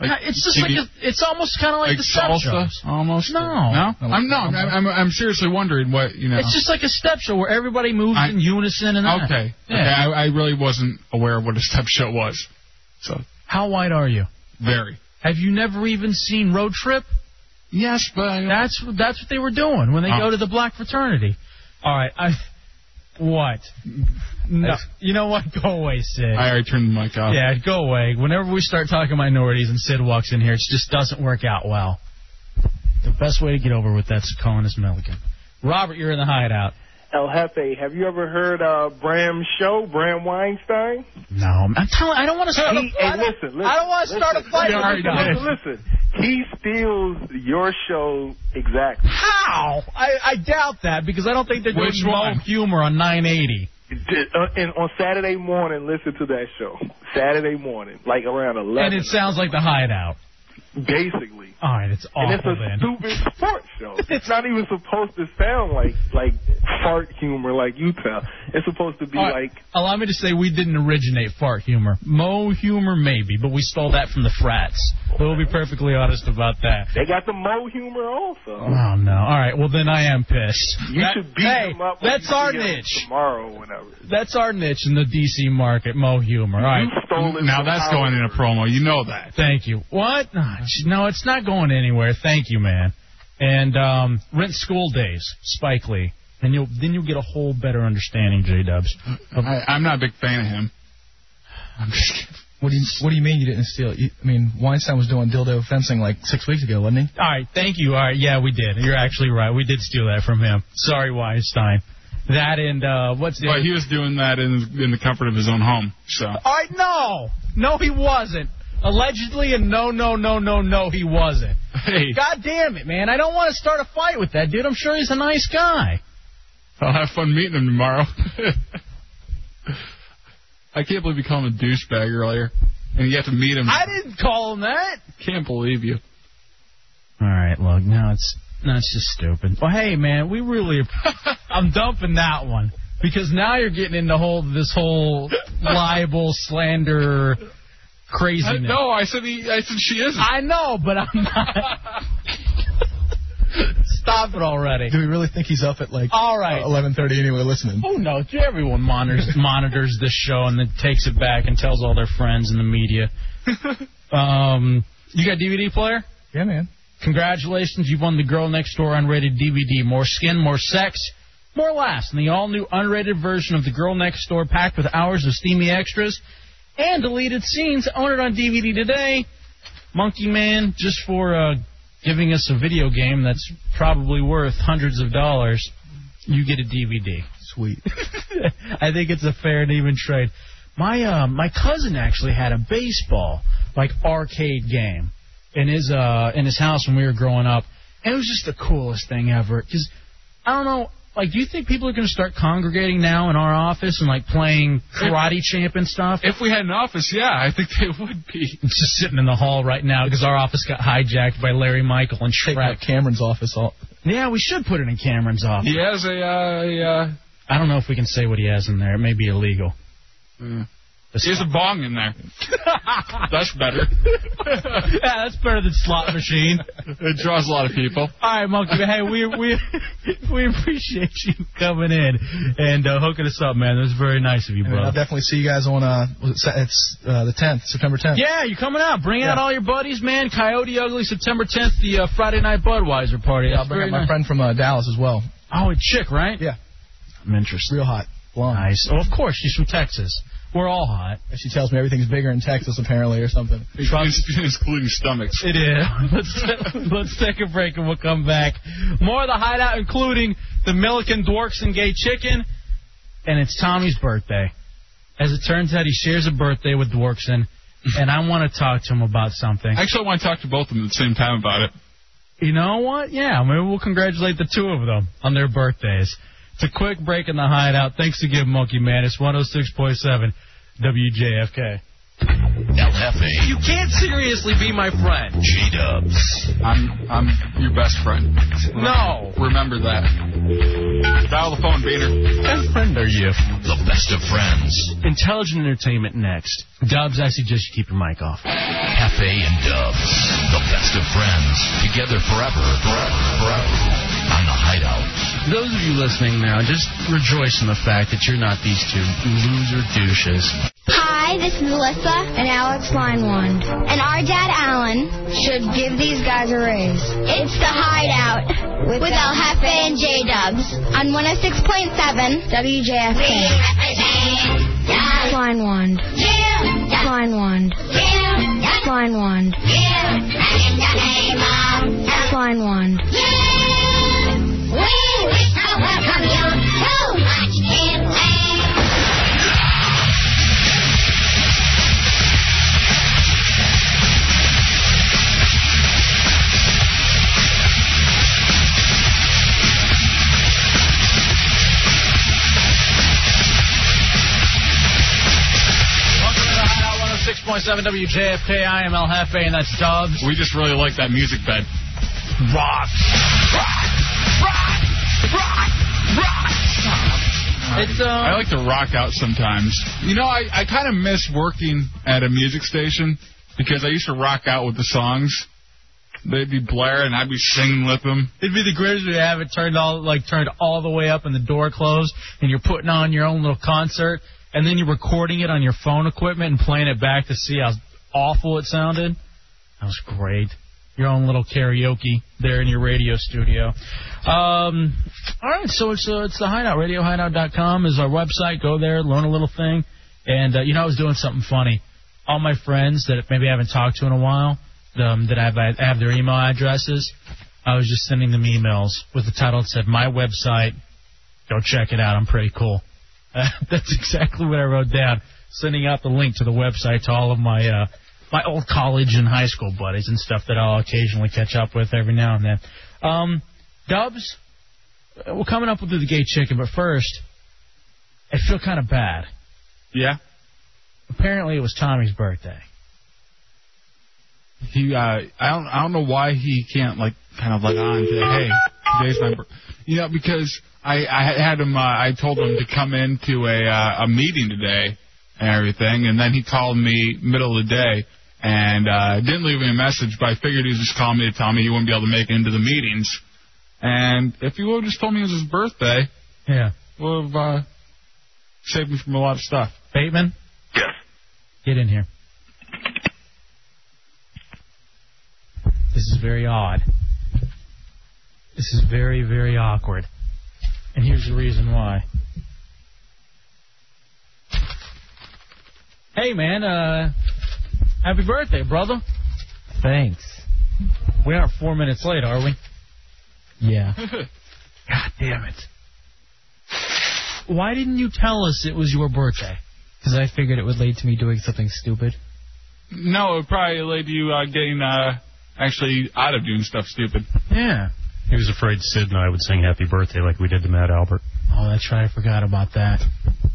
Like, it's just you like get- a, it's almost kind of like, like the step salsa, shows. almost. No, No, I'm no, I'm, I'm, I'm seriously wondering what you know. It's just like a step show where everybody moves I- in unison and that. okay, Yeah. okay. I, I really wasn't aware of what a step show was. So How white are you? very. Have you never even seen Road Trip? Yes, but that's that's what they were doing when they Oh. go to the black fraternity. All right, I what? No, you know what? Go away, Sid. I already turned the mic off. Yeah, go away. Whenever we start talking minorities and Sid walks in here, it just doesn't work out well. The best way to get over with that's calling us Milligan. Robert, you're in the hideout. El Jefe, have you ever heard uh, Bram's show, Bram Weinstein? No, I'm telling. I don't want to start. He- a, hey, listen, listen. I don't want to start a listen. fight. Listen, with you. listen, listen, He steals your show exactly. How? I, I doubt that because I don't think they're doing Which no one? humor on 980. Did- uh, And on Saturday morning, listen to that show. Saturday morning, like around 11. And it sounds like the hideout. basically. All right, it's And it's awful a then. stupid sports show. It's not even supposed to sound like like fart humor like Utah. It's supposed to be All right, like allow me to say we didn't originate fart humor. Mo humor maybe, but we stole that from the frats. We'll be perfectly honest about that. they got the Mo humor also. Oh no! All right, well then I am pissed. You That- should beat hey, them up. when that's you our see them niche. Tomorrow, or whenever. That's our niche in the DC market. Mo humor. All right. Now that's going in a promo. You know that. Thank you. What? No, it's- No, it's not going anywhere. Thank you, man. And um, rent school days, Spike Lee, and you'll then you'll get a whole better understanding, J Dubs. I, I'm not a big fan of him. What do you What do you mean you didn't steal it? You, I mean, Weinstein was doing dildo fencing like six weeks ago, wasn't he? All right, thank you. All right, yeah, we did. You're actually right. We did steal that from him. Sorry, Weinstein. That and uh, what's the? But he was doing that in in the comfort of his own home. So All right, no, no, he wasn't. Allegedly, and no, no, no, no, no, he wasn't. Hey. God damn it, man! I don't want to start a fight with that dude. I'm sure he's a nice guy. I'll have fun meeting him tomorrow. I can't believe you called him a douchebag earlier, and you have to meet him. I didn't call him that. can't believe you. All right, look, now it's now it's just stupid. Well, hey man, we really I'm dumping that one because now you're getting into whole this whole libel slander I, craziness. no, I said he. I said she isn't. I know, but I'm not. Stop it already. Do we really think he's up at like All right. 11:30 anyway listening? Oh no, everyone monitors monitors this show and then takes it back and tells all their friends in the media. Um, you got DVD player? Yeah, man. Congratulations, you won the Girl Next Door unrated DVD. More skin, more sex, more laughs in the all-new unrated version of the Girl Next Door, packed with hours of steamy extras and deleted scenes. Own it on DVD today. Monkey Man, just for uh, giving us a video game that's probably worth hundreds of dollars, you get a DVD. Sweet. I think it's a fair and even trade. My uh, my cousin actually had a baseball like arcade game in his uh in his house when we were growing up, and it was just the coolest thing ever. Because I don't know, like, do you think people are going to start congregating now in our office and like playing karate champ and stuff? If we had an office, yeah, I think they would be. It's just sitting in the hall right now because our office got hijacked by Larry Michael and Shrek. Cameron's office. All- yeah, we should put it in Cameron's office. He has a. Uh, a uh, I don't know if we can say what he has in there. It may be illegal. he has a bong in there. Mm. That's better. yeah, that's better than slot machine. It draws a lot of people. All right, Monkey. Hey, we we we appreciate you coming in and uh, hooking us up, man. That was very nice of you, And I'll brother. definitely see you guys on uh, was it Sa- it's uh, the 10th, September 10th. Yeah, you coming out? Bring out Yeah. all your buddies, man. Coyote Ugly, September 10th, the uh, Friday night Budweiser party. Yeah, I'll That's very bring up my nice. friend from uh, Dallas as well. Oh, a chick, right? Yeah. I'm interested. Real hot. Blonde. Nice. Oh, of course, she's from Texas. We're all hot. And She tells me everything's bigger in Texas apparently or something. Including stomachs. It is. Let's let's take a break and we'll come back. More of the hideout, including the Milliken Dworks and Gay Chicken, and it's Tommy's birthday. As it turns out, he shares a birthday with Dworkson, and I want to talk to him about something. Actually, I want to talk to both of them at the same time about it. You know what? Yeah, maybe we'll congratulate the two of them on their birthdays. It's a quick break in the hideout. Thanks again, Monkey oh Man. It's 106.7 WJFK. LFA. You can't seriously be my friend. G Dubs. I'm I'm your best friend. No. Remember that. Dial the phone, Beaner. What friend are you? The best of friends. Intelligent Entertainment next. Dubs, I suggest you keep your mic off. Cafe and Dubs. The best of friends. Together forever. Forever. Forever. On the Hideout. Those of you listening now, just rejoice in the fact that you're not these two loser douches. Hi, this is Melissa and Alex Linewand. And our dad, Alan, should give these guys a raise. It's the Hideout with, El Jefe and J Dubs on 106.7 WJFK. Linewand. Linewand. Linewand. Linewand. Welcome to the Hideout 106.7 WJFK. I am El Jefe, and that's Dubs. We just really like that music bed. Rock. It's, uh, I like to rock out sometimes. You know, I, I kind of miss working at a music station because I used to rock out with the songs. They'd be blaring, I'd be singing with them. Um, It'd be the greatest if you have it turned all like turned all the way up and the door closed, and you're putting on your own little concert, and then you're recording it on your phone equipment and playing it back to see how awful it sounded. That was great. Your own little karaoke there in your radio studio. Um, all right, so it's uh, it's the Hideout. RadioHideout.com is our website. Go there, learn a little thing, and uh, you know I was doing something funny. All my friends that maybe I haven't talked to in a while, um, that I have, I have their email addresses. I was just sending them emails with the title that said "My website." Go check it out. I'm pretty cool. Uh, that's exactly what I wrote down. Sending out the link to the website to all of my uh, my old college and high school buddies and stuff that I'll occasionally catch up with every now and then. Um, Dubs, Uh, Well, coming up, we'll do the gay chicken, but first, I feel kind of bad. Yeah? Apparently, it was Tommy's birthday. He, uh, I don't, I don't know why he can't like, kind of like on to, hey, today's my, bir-" you know, because I, I had him, uh, I told him to come into a, uh, a meeting today and everything, and then he called me middle of the day and uh, didn't leave me a message, but I figured he'd just call me to tell me he wouldn't be able to make it into the meetings, and if he would have just told me it was his birthday, Yeah. would have uh, saved me from a lot of stuff. Bateman? Yes. Get in here. This is very odd. This is very, very awkward. And here's the reason why. Hey, man, uh, happy birthday, brother. Thanks. We aren't four minutes late, are we? Yeah. God damn it. Why didn't you tell us it was your birthday? Because I figured it would lead to me doing something stupid. No, it probably led to you uh, getting uh, actually out of doing stuff stupid. Yeah. He was afraid Sid and I would sing Happy Birthday like we did to Matt Albert. Oh, that's right. I forgot about that.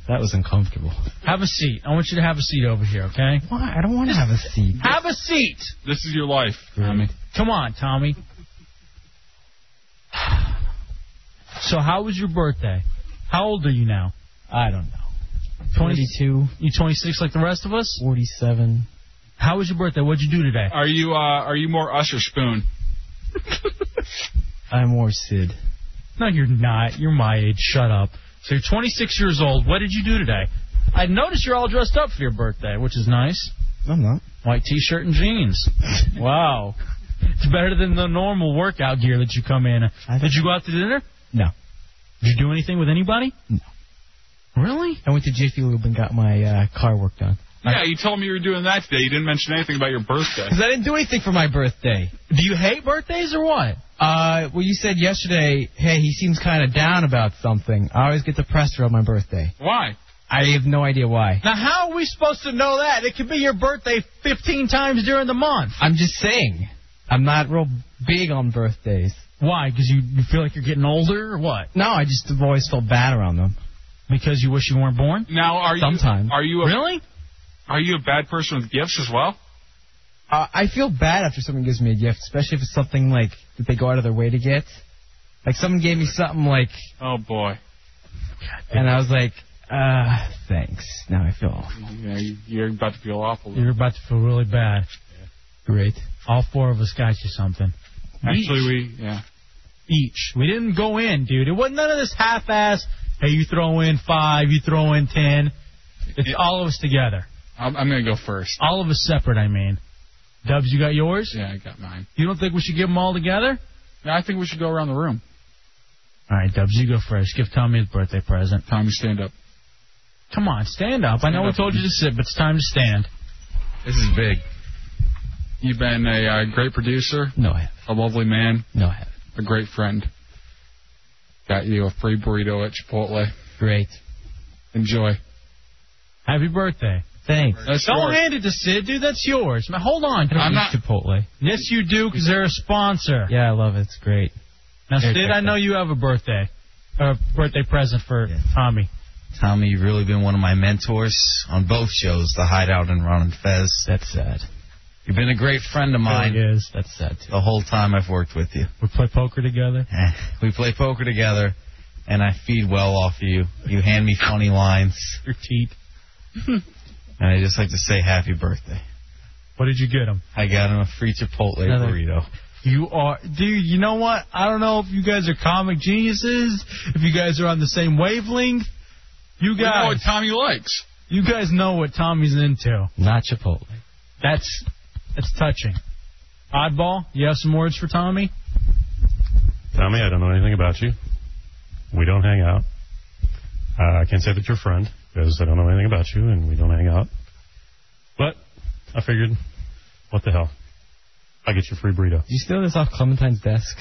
That was uncomfortable. Have a seat. I want you to have a seat over here, okay? Why? I don't want to have a seat. Have a seat. This is your life, Tommy. Come on, Tommy. So, how was your birthday? How old are you now? I don't know. 22. You 26 like the rest of us? 47. How was your birthday? What'd you do today? Are you uh, are you more us or spoon? I'm more Sid. No, you're not. You're my age. Shut up. So you're 26 years old. What did you do today? I noticed you're all dressed up for your birthday, which is nice. I'm not. White t-shirt and jeans. wow. It's better than the normal workout gear that you come in. Did you go out to dinner? No. Did you do anything with anybody? No. Really? I went to Jiffy Lube and got my uh, car work done. Yeah, you told me you were doing that today. You didn't mention anything about your birthday. Because I didn't do anything for my birthday. Do you hate birthdays or what? Uh, well, you said yesterday, hey, he seems kind of down about something. I always get depressed around my birthday. Why? I have no idea why. Now, how are we supposed to know that? It could be your birthday 15 times during the month. I'm just saying, I'm not real big on birthdays. Why? Because you, you feel like you're getting older or what? No, I just have always felt bad around them. Because you wish you weren't born? Now, are you Sometimes. are you a, really? Are you a bad person with gifts as well? Uh, I feel bad after someone gives me a gift, especially if it's something like that they go out of their way to get. Like someone gave me something like, Oh boy. and I was like, uh, thanks. Now I feel Yeah, you- you're about to feel awful. You're about to feel really bad. great. All four of us got you something. Actually, we yeah. each. We didn't go in, dude. It wasn't none of this half-ass. Hey, you throw in five, you throw in ten. It's all of us together. I'm, I'm gonna go first. All of us separate. I mean, Dubs, you got yours. Yeah, I got mine. You don't think we should give them all together? No, I think we should go around the room. All right, Dubs, you go first. Give Tommy his birthday present. Tommy, stand up. Come on, stand up. I know we told you to sit, but it's time to stand. This is big. You've been a uh, great producer. No, I haven't. A lovely man. No, I haven't. A great friend. Got you a free burrito at Chipotle. Great. Enjoy. Happy birthday. Thanks. That's Don't yours. hand it to Sid, dude. That's yours. Man, hold on. I don't eat Chipotle. Yes, you do, because they're a sponsor. Yeah, I love it. It's great. Now, Here, Sid, take I know you have a birthday, a birthday present for Tommy. Tommy, you've really been one of my mentors on both shows, The Hideout and Ron and Fez. That's sad. You've been a great friend of mine. Really is. That's sad. The whole time I've worked with you. We play poker together. Eh, We play poker together, and I feed well off of you. You hand me funny lines, Your teeth. and I just like to say happy birthday. What did you get him? I got him a free Chipotle Another- burrito. You are, dude. You know what? I don't know if you guys are comic geniuses, if you guys are on the same wavelength. You We know guys, what Tommy likes. you guys know what Tommy's into. Not Chipotle. That's that's touching. Oddball, you have some words for Tommy? Tommy, I don't know anything about you. We don't hang out. Uh, I can't say that you're a friend because I don't know anything about you and we don't hang out. But I figured, what the hell? I get you a free burrito. Did you steal this off Clementine's desk?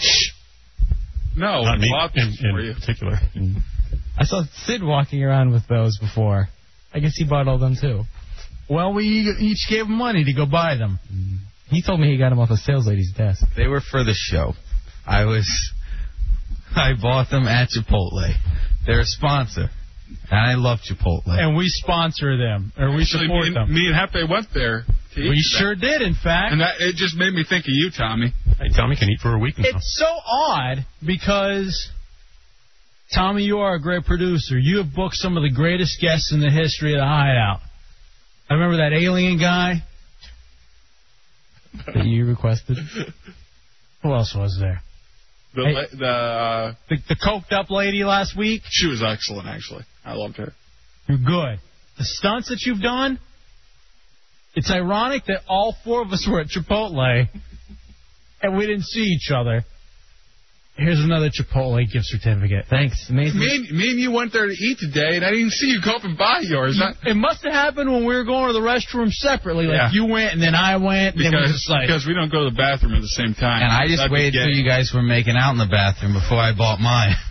No, Not me Watkins in, for you. in particular. I saw Sid walking around with those before. I guess he bought all them too. Well, we each gave him money to go buy them. Mm-hmm. He told me he got them off a sales lady's desk. They were for the show. I was I bought them at Chipotle. They're a sponsor, and I love Chipotle. And we sponsor them, or we Actually, support me, and- them. Me and Hefe went there. to eat We that. sure did, in fact. And that, it just made me think of you, Tommy. Hey, Tommy can eat for a week now. It's so odd because Tommy, you are a great producer. You have booked some of the greatest guests in the history of the Hideout. I remember that alien guy. that you requested. Who else was there? The Hey. la- the, uh, the the coked up lady last week. She was excellent, actually. I loved her. You're good. The stunts that you've done. It's ironic that all four of us were at Chipotle and we didn't see each other. Here's another Chipotle gift certificate. Thanks. Amazing. Me, and- me and you went there to eat today, and I didn't see you go up and buy yours. I- It must have happened when we were going to the restroom separately. Like Yeah. you went and then I went. And then we because, just like because we don't go to the bathroom at the same time. And I just That'd be waited gay. till you guys were making out in the bathroom before I bought mine.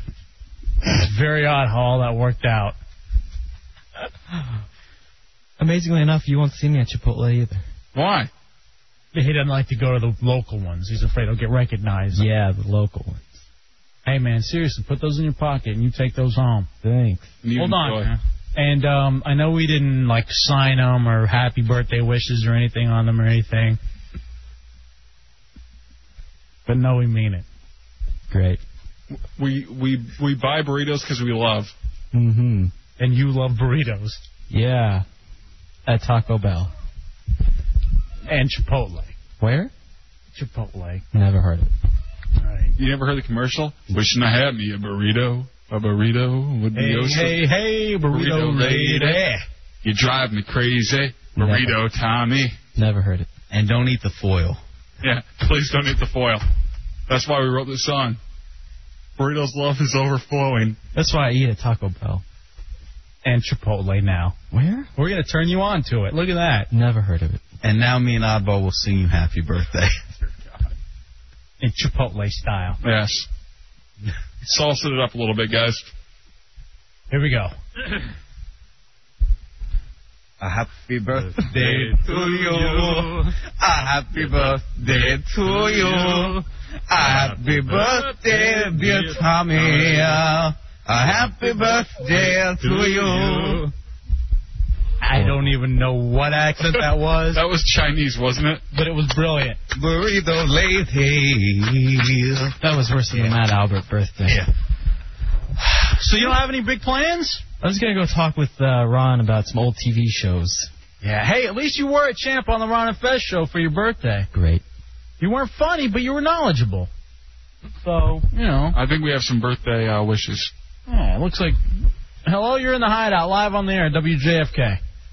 It's very odd how all that worked out. Amazingly enough, you won't see me at Chipotle either. Why? He doesn't like to go to the local ones. He's afraid he'll get recognized. Yeah, the local ones. Hey man, seriously, put those in your pocket and you take those home. Thanks. You Hold on. enjoy. man. And um, I know we didn't like sign them or happy birthday wishes or anything on them or anything, but no, we mean it. Great. We we we buy burritos because we love. Mm-hmm. And you love burritos Yeah. At Taco Bell. and Chipotle. Where? Chipotle. Never heard of it. You never heard the commercial? Wishing I had me a burrito. A burrito would be Hey, oh so- hey, hey, burrito, lady. You drive me crazy, burrito Tommy. Never heard it. And don't eat the foil. Yeah, please don't eat the foil. That's why we wrote this song. Burrito's love is overflowing. That's why I eat at Taco Bell. And Chipotle now. Where? We're gonna turn you on to it. Look at that. Never heard of it. And now me and Oddball will sing you happy birthday. in Chipotle style. Yes. Salsa it up a little bit, guys. Here we go. A happy birthday to you. A happy birthday to you. A happy birthday, dear Tommy. A happy birthday to you. I don't even know what accent that was, That was Chinese, wasn't it? but it was brilliant. Burrito lady. That was worse than the Matt Albert birthday. Yeah. So you don't have any big plans? I was gonna go talk with uh, Ron about some old TV shows. Yeah. Hey, at least you were a champ on the Ron and Fest show for your birthday. Great. You weren't funny, but you were knowledgeable. So you know. I think we have some birthday uh, wishes. Yeah, it looks like. Hello, you're in the hideout live on the air, WJFK.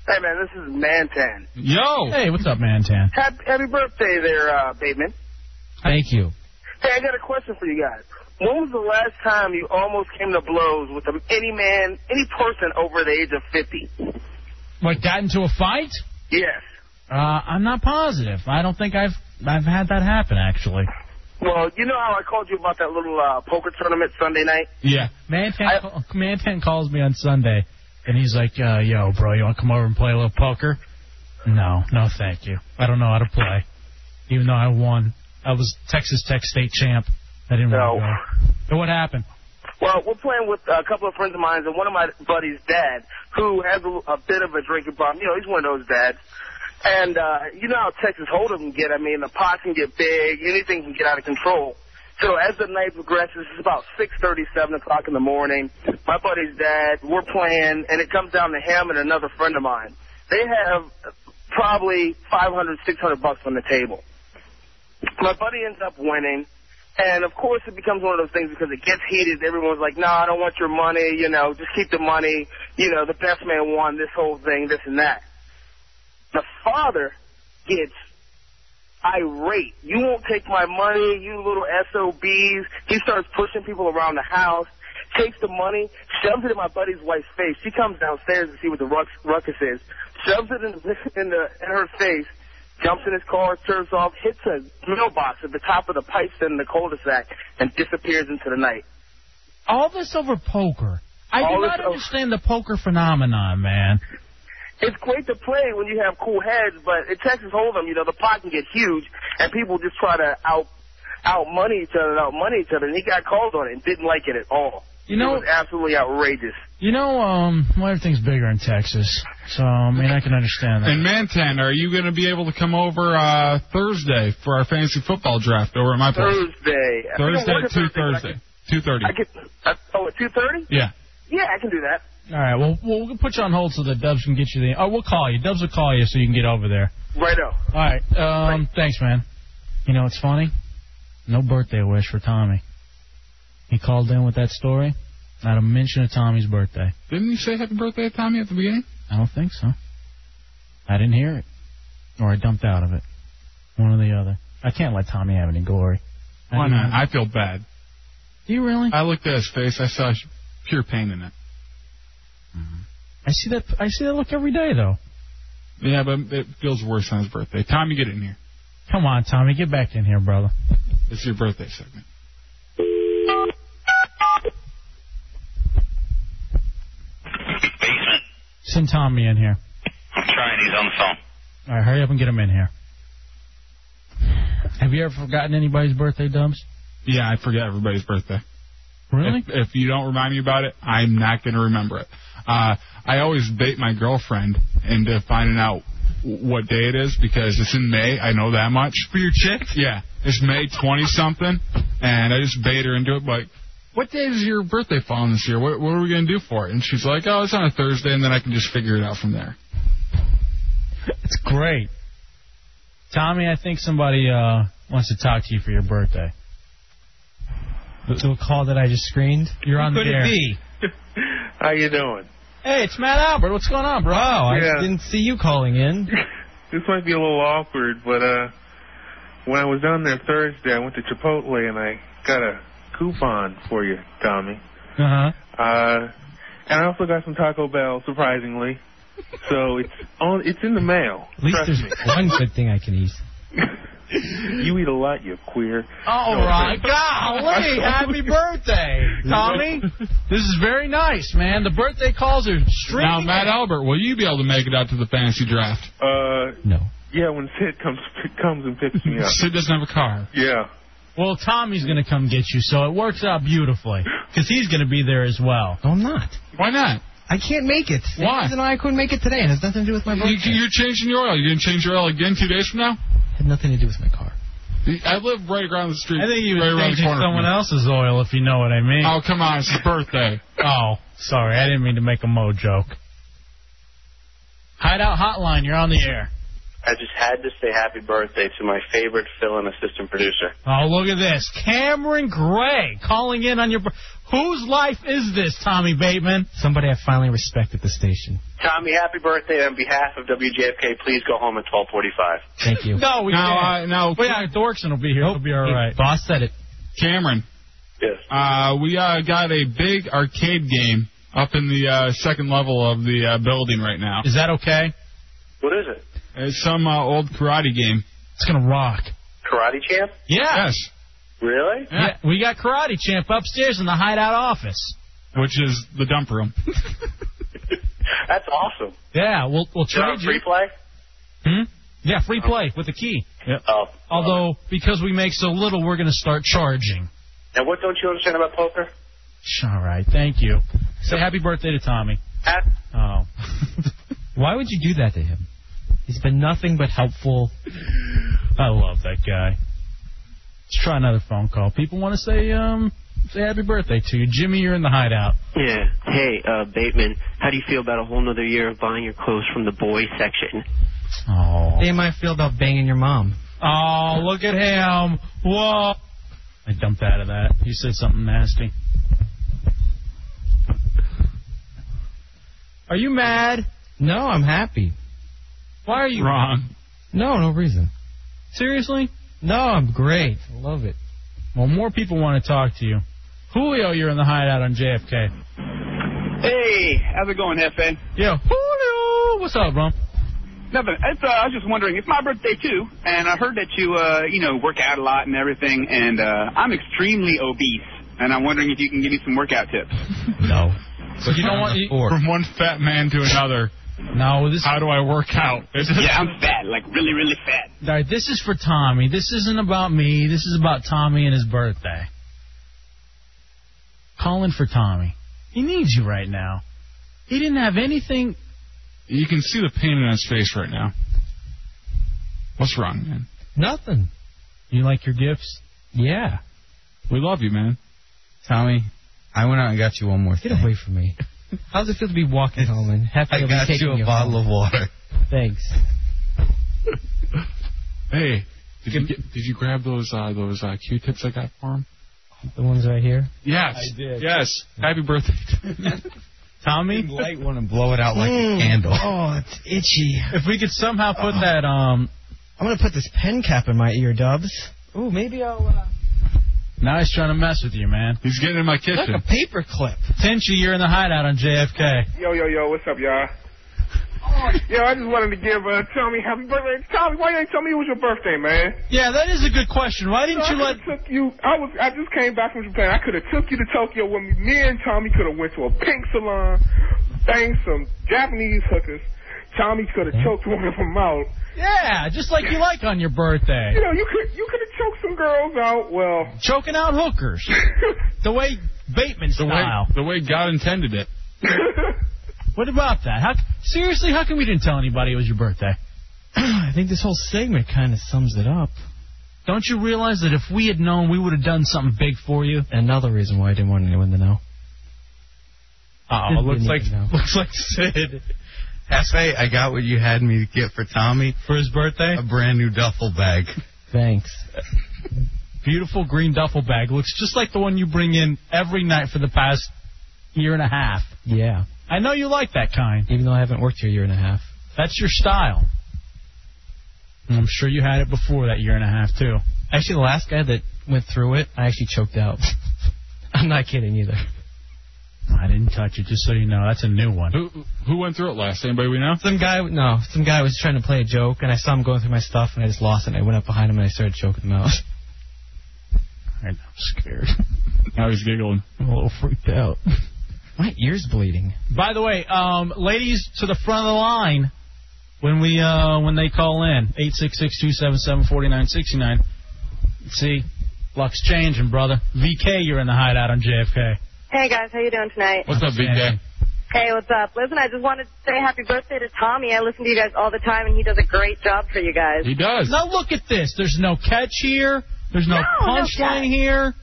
Hey man, this is Mantan. Yo. Hey, what's up, Mantan? Happy, happy birthday there, uh, Bateman. Thank you. Hey, I got a question for you guys. When was the last time you almost came to blows with a- any man, any person over the age of 50? What got into a fight? Yes. Uh, I'm not positive. I don't think I've I've had that happen actually. Well, you know how I called you about that little uh, poker tournament Sunday night? Yeah. Mantan, call Mantan calls me on Sunday, and he's like, uh, "Yo, bro, you want to come over and play a little poker?" No, no, thank you. I don't know how to play, even though I won. I was Texas Tech state champ. I didn't want to go. So what happened? Well, we're playing with a couple of friends of mine and one of my buddies' dad, who has a, a bit of a drinking problem. You know, he's one of those dads. And uh, you know how Texas Hold'em get. I mean, the pot can get big. Anything can get out of control. So as the night progresses, it's about six thirty, seven o'clock in the morning. My buddy's dad, we're playing, and it comes down to him and another friend of mine. They have probably five hundred, six hundred bucks on the table. My buddy ends up winning. And of course, it becomes one of those things because it gets heated. Everyone's like, "No, I don't want your money. You know, just keep the money. You know, the best man won this whole thing, this and that." The father gets irate. You won't take my money, you little SOBs. He starts pushing people around the house, takes the money, shoves it in my buddy's wife's face. She comes downstairs to see what the ruckus, ruckus is, shoves it in, the, in, the, in her face, jumps in his car, turns off, hits a mailbox at the top of the pipes in the cul-de-sac, and disappears into the night. All this over poker. I All do this not over- understand the poker phenomenon, man. It's great to play when you have cool heads, but at Texas Hold'em, you know, the pot can get huge, and people just try to out out money each other and out money each other, and he got called on it and didn't like it at all. You know- it was absolutely outrageous. You know, um, well, everything's bigger in Texas, so I mean, I can understand that. And Mantan, are you going to be able to come over uh, Thursday for our fantasy football draft over at my place? Thursday. I think I'm Thursday, working two but I Thursday, two thirty. can- I can- oh, at two thirty? Yeah. Yeah, I can do that. All right, well, we'll we'll put you on hold so that Dubs can get you the. Oh, we'll call you. Dubs will call you so you can get over there. Righto. All right. Um, Thanks, man. You know, it's funny. No birthday wish for Tommy. He called in with that story. Not a mention of Tommy's birthday. Didn't you say happy birthday to Tommy at the beginning? I don't think so. I didn't hear it, or I dumped out of it. One or the other. I can't let Tommy have any glory. Why didn't- not? I feel bad. Do you really? I looked at his face. I saw pure pain in it. Mm-hmm. I see that. I see that look every day, though. Yeah, but it feels worse on his birthday. Tommy, get in here. Come on, Tommy, get back in here, brother. It's your birthday segment. Basement. Send Tommy in here. I'm trying. He's on the phone. All right, hurry up and get him in here. Have you ever forgotten anybody's birthday, Dubs? Yeah, I forget everybody's birthday. Really? If, if you don't remind me about it, I'm not going to remember it. Uh, I always bait my girlfriend into finding out what day it is because it's in May. I know that much. For your chick? Yeah. It's May 20 something, and I just bait her into it. Like, what day is your birthday falling this year? What, what are we going to do for it? And she's like, oh, it's on a Thursday, and then I can just figure it out from there. It's great. Tommy, I think somebody uh, wants to talk to you for your birthday. The call that I just screened? You're on Who could the it air. be? How you doing? Hey, it's Matt Albert. What's going on, bro? Wow, I Yeah. didn't see you calling in. This might be a little awkward, but uh, when I was down there Thursday, I went to Chipotle and I got a coupon for you, Tommy. Uh huh. Uh, and I also got some Taco Bell, surprisingly. So it's on. It's in the mail. At least Trust there's me. one good thing I can eat. You eat a lot, you queer. All No right. offense. Oh, Golly, happy birthday, Tommy. This is very nice, man. The birthday calls are streaming. Now, Matt Albert, will you be able to make it out to the fantasy draft? Uh, no. Yeah, when Sid comes comes and picks me up. Sid doesn't have a car. Yeah. Well, Tommy's going to come get you, so it works out beautifully because he's going to be there as well. No, I'm not. Why not? I can't make it. Why? And I couldn't make it today. It has nothing to do with my birthday. You, you're changing your oil. You're going to change your oil again two days from now? Had nothing to do with my car. I live right around the street. I think you right were around changing the corner from someone you. else's oil, if you know what I mean. Oh, come on. It's his birthday. Oh, sorry. I didn't mean to make a Mo joke. Hideout Hotline, you're on the air. I just had to say happy birthday to my favorite fill-in assistant producer. Oh, look at this. Cameron Gray calling in on your. bir- Whose life is this, Tommy Bateman? Somebody I finally respect at the station. Tommy, happy birthday on behalf of WJFK. Please go home at 12:45. Thank you. No, we No, can't. I- no. Well, yeah, Dorkson will be here. He'll be all right. Boss said it. Cameron. Yes. Uh, we uh, got a big arcade game up in the uh, second level of the uh, building right now. Is that okay? What is it? It's some uh, old karate game. It's going to rock. Karate champ? Yeah. Yes. Really? yeah. We got Karate Champ upstairs in the Hideout office. Which is the dump room. That's awesome. Yeah, we'll we'll Is it on trade you. free play? Hmm? Yeah, free play with the key. Oh. Although because we make so little, we're going to start charging. And what don't you understand about poker? All right, thank you. Say happy birthday to Tommy. Happy- Oh, Why would you do that to him? He's been nothing but helpful. I love that guy. Let's try another phone call. People want to say um say happy birthday to you, Jimmy. You're in the hideout. Yeah. Hey, uh, Bateman, how do you feel about a whole nother year of buying your clothes from the boy section? Oh. Same I feel about banging your mom. Oh, look at him. Whoa. I dumped out of that. You said something nasty. Are you mad? No, I'm happy. Why are you wrong? No, no reason. Seriously? No, I'm great. I love it. Well, more people want to talk to you. Julio, you're in the hideout on JFK. Hey, how's it going, FN? Yo, Julio, what's up, bro? Nothing. It's, uh, I was just wondering. It's my birthday too, and I heard that you, uh, you know, work out a lot and everything. And uh, I'm extremely obese, and I'm wondering if you can give me some workout tips. No. So you don't want you, From one fat man to another. No, this. How do I work out? yeah, I'm fat, like really, really fat. All right, this is for Tommy. This isn't about me. This is about Tommy and his birthday. Calling for Tommy. He needs you right now. He didn't have anything. You can see the pain in his face right now. What's wrong, man? Nothing. You like your gifts? Yeah. We love you, man. Tommy, I went out and got you one more thing. Get away from me. How does it feel to be walking home and happy I to be got taking you a you bottle home? of water. Thanks. Hey, did you, get, did you grab those uh, those uh, Q-tips I got for him? The ones right here. Yes. I did. Yes. Happy birthday. Tommy? Light one and blow it out like a candle. Oh, it's itchy. If we could somehow put that, um. I'm gonna put this pen cap in my ear, Dubs. Ooh, maybe I'll. Uh... Now he's trying to mess with you, man. He's getting in my kitchen. Like a paper clip. Tinchy, you're in the hideout on JFK. Yo, yo, yo, what's up, y'all? Oh, yo, I just wanted to give uh, Tommy happy birthday. Tommy, why you ain't tell me it was your birthday, man? Yeah, that is a good question. Why didn't So you I let? coulda Took you, I was. I just came back from Japan. I could have took you to Tokyo with me. Me and Tommy could have went to a pink salon, banged some Japanese hookers. Tommy could Mm-hmm. have choked one of them out. Yeah, just like you like on your birthday. You know, you could you could have choked some girls out. Well, Choking out hookers. the way Bateman The style. way, the way God intended it. What about that? How, seriously, how come we didn't tell anybody it was your birthday? I think this whole segment kind of sums it up. Don't you realize that if we had known, we would have done something big for you? Another reason why I didn't want anyone to know. Oh, looks like- looks like Sid. Hefe, I got what you had me get for Tommy for his birthday. A brand new duffel bag. Thanks. Beautiful green duffel bag. Looks just like the one you bring in every night for the past year and a half. Yeah. I know you like that kind. Even though I haven't worked here a year and a half. That's your style. And I'm sure you had it before that year and a half, too. Actually, the last guy that went through it, I actually choked out. I'm not kidding either. I didn't touch it, just so you know. That's a new one. Who who went through it last? Anybody we know? Some guy, no, some guy was trying to play a joke, and I saw him going through my stuff, and I just lost it. And I went up behind him and I started choking him out. I'm scared. Now he's giggling. I'm a little freaked out. My ear's bleeding. By the way, um, ladies to the front of the line when we uh, when they call in eight six six two seven seven forty nine sixty nine. See, luck's changing, brother. VK, you're in the hideout on JFK. Hey guys, how you doing tonight? What's up, Big Day? Hey, what's up? Listen, I just wanted to say happy birthday to Tommy. I listen to you guys all the time, and he does a great job for you guys. He does. Now look at this. There's no catch here. There's no, No, Oh, no punchline catch. here.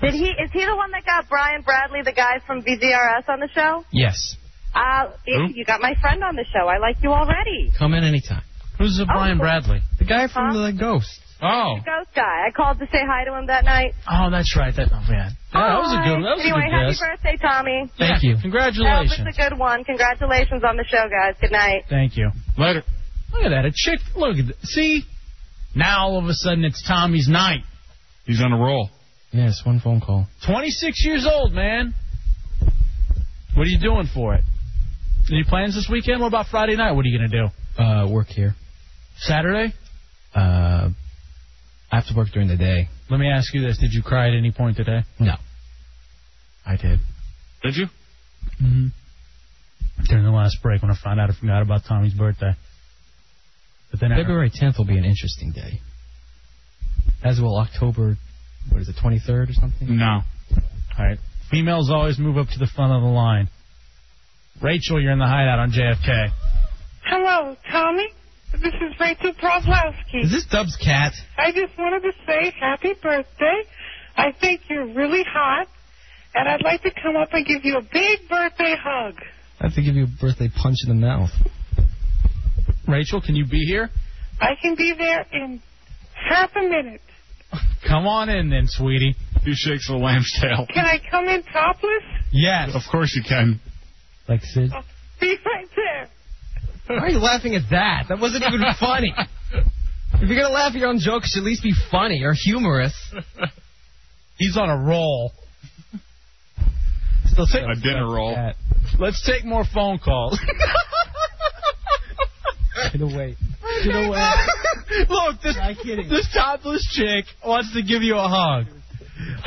Did he? Is he the one that got Brian Bradley, the guy from VGRS, on the show? Yes. Uh, Who? you got my friend on the show. I like you already. Come in anytime. Who's Oh, the Brian Bradley? The guy from the Ghost. Oh. Ghost guy. I called to say hi to him that night. Oh, that's right. That oh man, that, that was a good. That was a anyway, good happy guess. birthday, Tommy. Thank you. Congratulations. That was a good one. Congratulations on the show, guys. Good night. Thank you. Later. Look at that. A chick. Look at th- see. Now all of a sudden it's Tommy's night. He's on a roll. Yes, one phone call. 26 years old, man. What are you doing for it? Any plans this weekend? What about Friday night? What are you going to do? Uh, work here. Saturday? Uh, I have to work during the day. Let me ask you this. Did you cry at any point today? No. I did. Did you? Mm-hmm. During the last break when I found out I forgot about Tommy's birthday. But then I- February 10th will be an interesting day. As will October, what is it, 23rd or something? No. All right. Females always move up to the front of the line. Rachel, you're in the hideout on JFK. Hello, Tommy. This is Rachel Pawlowski. Is this Dub's cat? I just wanted to say happy birthday. I think you're really hot, and I'd like to come up and give you a big birthday hug. I have to give you a birthday punch in the mouth. Rachel, can you be here? I can be there in half a minute. Come on in then, sweetie. He shakes the lamb's tail. Can I come in topless? Yes. Of course you can. Like Sid? Be right there. Why are you laughing at that? That wasn't even funny. If you're going to laugh at your own jokes, it should at least be funny or humorous. He's on a roll. Still A dinner roll. Let's take more phone calls. Get Oh, away. Look, this this topless chick wants to give you a hug.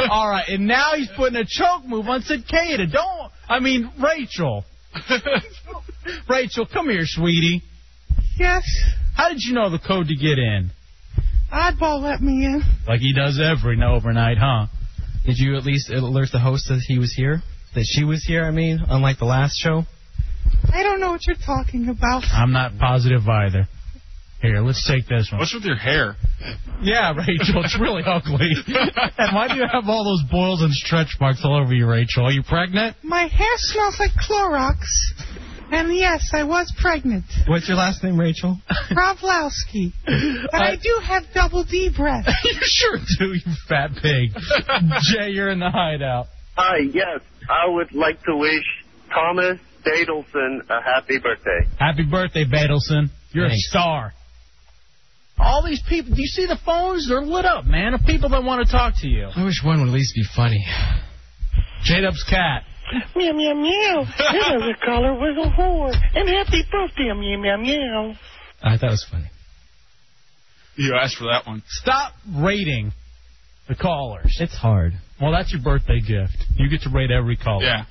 All right, and now he's putting a choke move on Cicada. Don't, I mean Rachel. Rachel, come here, sweetie. Yes, How did you know the code to get in? Oddball let me in. Like he does every overnight, huh? Did you at least alert the host that he was here? That she was here, I mean, unlike the last show? I don't know what you're talking about. I'm not positive either. Here, let's take this one. What's with your hair? Yeah, Rachel, it's really ugly. and why do you have all those boils and stretch marks all over you, Rachel? Are you pregnant? My hair smells like Clorox. And yes, I was pregnant. What's your last name, Rachel? Provlowski. But I do have double D breath. you sure do, you fat pig. Jay, you're in the hideout. Hi, yes. I would like to wish Thomas Dadelson a happy birthday. Happy birthday, Badelson. You're a star. All these people, do you see the phones? They're lit up, man, of people that want to talk to you. I wish one would at least be funny. J-Dub's cat. Meow, meow, meow. Hello, the caller was a whore. And happy birthday, meow, meow, meow. I thought it was funny. You asked for that one. Stop rating the callers. It's hard. Well, that's your birthday gift. You get to rate every caller. Yeah.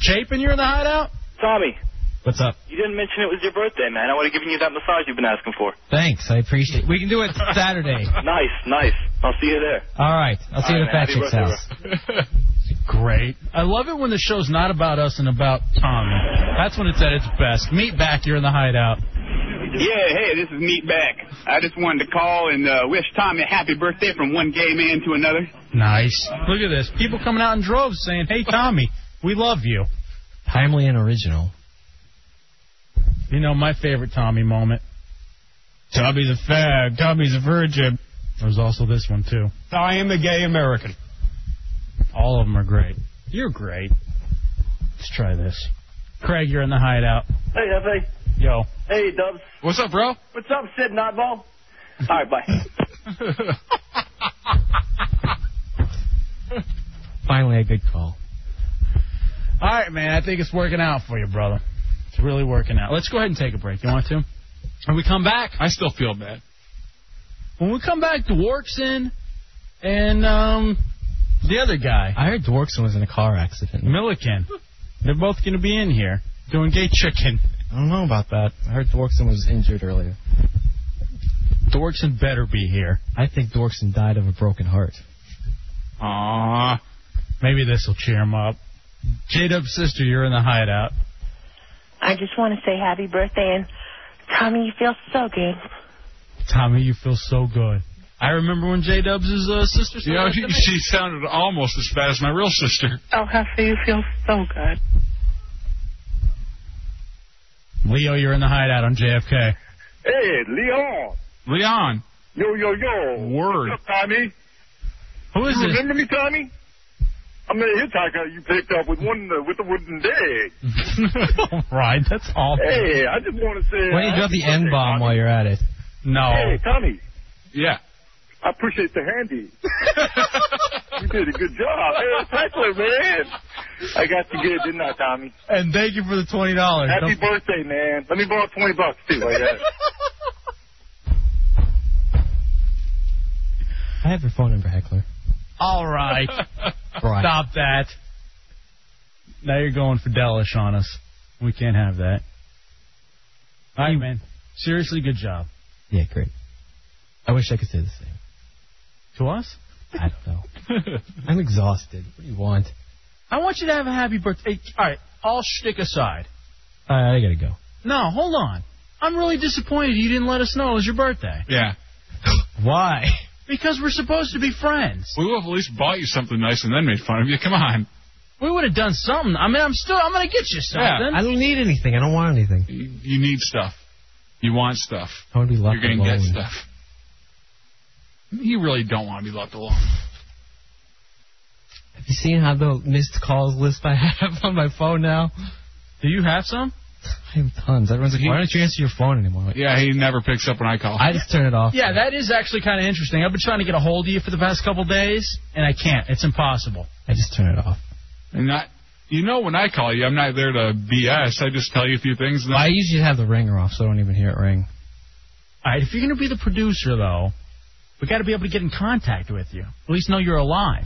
Chapin, you're in the hideout? Tommy, What's up? you didn't mention it was your birthday, man. I would have given you that massage you've been asking for. Thanks, I appreciate it. We can do it Saturday. nice, nice. I'll see you there. All right, I'll see you All at the right, Fat happy Chick's house. Great. I love it when the show's not about us and about Tommy. That's when it's at its best. Meet back, you're in the hideout. Yeah, hey, this is Meatback. I just wanted to call and uh, wish Tommy a happy birthday from one gay man to another. Nice. Look at this. People coming out in droves saying, hey, Tommy, we love you. Timely and original. You know, my favorite Tommy moment. Tommy's a fag. Tommy's a virgin. There's also this one, too. I am a gay American. All of them are great. You're great. Let's try this. Craig, you're in the hideout. Hey, Hefe. Yo. Hey, Dubs. What's up, bro? What's up, Sid Notball? All right, bye. Finally, a good call. All right, man. I think it's working out for you, brother. It's really working out. Let's go ahead and take a break. You want to? When we come back, I still feel bad. When we come back, Dwork's in, and um, the other guy. I heard Dworkson was in a car accident. Milliken. They're both going to be in here doing gay chicken. I don't know about that. I heard Dorkson was injured earlier. Dorkson better be here. I think Dorkson died of a broken heart. Aww. Maybe this will cheer him up. J Dub's sister, you're in the hideout. I just want to say happy birthday and Tommy, you feel so good. Tommy, you feel so good. I remember when J Dub's uh, sister said You know, that she, to me. she sounded almost as bad as my real sister. Oh, Hefe, you feel so good. Leo, you're in the hideout on JFK. Hey, Leon. Leon. Yo, yo, yo. Word. What's up, Tommy? Who is you this? remember me, Tommy? I'm the hitchhiker you picked up with one uh, with the wooden leg. right, that's awful. Hey, I just want to say. Why don't you drop the N-bomb while you're at it? No. Hey, Tommy. Yeah. I appreciate the handy. you did a good job. Hey, that's excellent, man. I got you good, didn't I, Tommy? And thank you for the twenty dollars. Happy birthday, man. Let me borrow 20 bucks, too. I guess. I have your phone number, Heckler. All right. Stop that. Now you're going for Delish on us. We can't have that. All right, man. Seriously, good job. Yeah, great. I wish I could say the same. To us? I don't know. I'm exhausted. What do you want? I want you to have a happy birthday. All right, all shtick aside. All right, I gotta go. No, hold on. I'm really disappointed you didn't let us know it was your birthday. Yeah. Why? Because we're supposed to be friends. We would have at least bought you something nice and then made fun of you. Come on. We would have done something. I mean, I'm still. I'm gonna get you something. Yeah. I don't need anything. I don't want anything. You need stuff. You want stuff. I want to be left You're gonna get alone. stuff. You really don't want to be left alone. Have you seen how the missed calls list I have on my phone now? Do you have some? I have tons. Everyone's like, why don't you answer your phone anymore? Like, Yeah, he never picks up when I call. I just turn it off. Yeah, that is actually kind of interesting. I've been trying to get a hold of you for the past couple days, and I can't. It's impossible. I just turn it off. And I, you know, when I call you, I'm not there to BS. I just tell you a few things. And I usually have the ringer off, so I don't even hear it ring. All right, if you're going to be the producer, though, we got to be able to get in contact with you. At least know you're alive.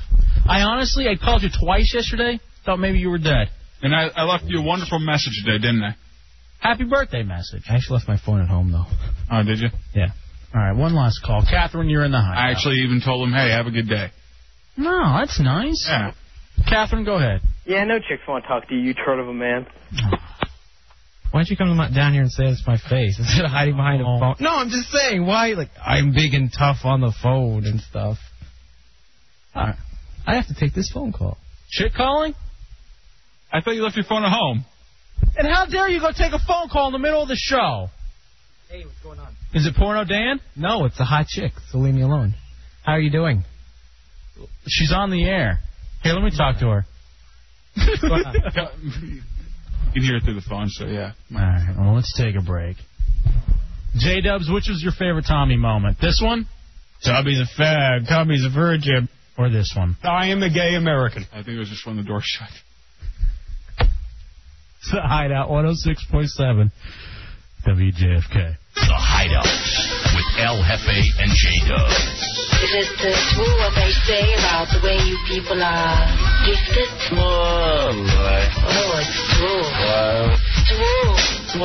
I honestly, I called you twice yesterday. Thought maybe you were dead. And I, I left you a wonderful message today, didn't I? Happy birthday message. I actually left my phone at home though. Oh, did you? Yeah. All right, one last call. Catherine, you're in the high. I actually even told him, hey, have a good day. No, that's nice. Yeah. Catherine, go ahead. Yeah, no chicks want to talk to you, you turd of a man. Why don't you come to my- down here and say it's my face instead of hiding behind a phone? No, I'm just saying. Why? Like I'm big and tough on the phone and stuff. I I have to take this phone call. Shit calling? I thought you left your phone at home. And how dare you go take a phone call in the middle of the show? Hey, what's going on? Is it porno Dan? No, it's a hot chick. So leave me alone. How are you doing? She's on the air. Here, let me talk to her. You can hear it through the phone, so yeah. All right, well, let's take a break. J Dubs, which was your favorite Tommy moment? This one? Tommy's a fag. Tommy's a virgin. Or this one? I am a gay American. I think it was just when the door shut. It's the Hideout 106.7 WJFK. The Hideout with El Jefe and J Dubs. It is to true what they say about the way you people are gifted. Oh, boy. Oh, it's true. Wow. It's Oh, true.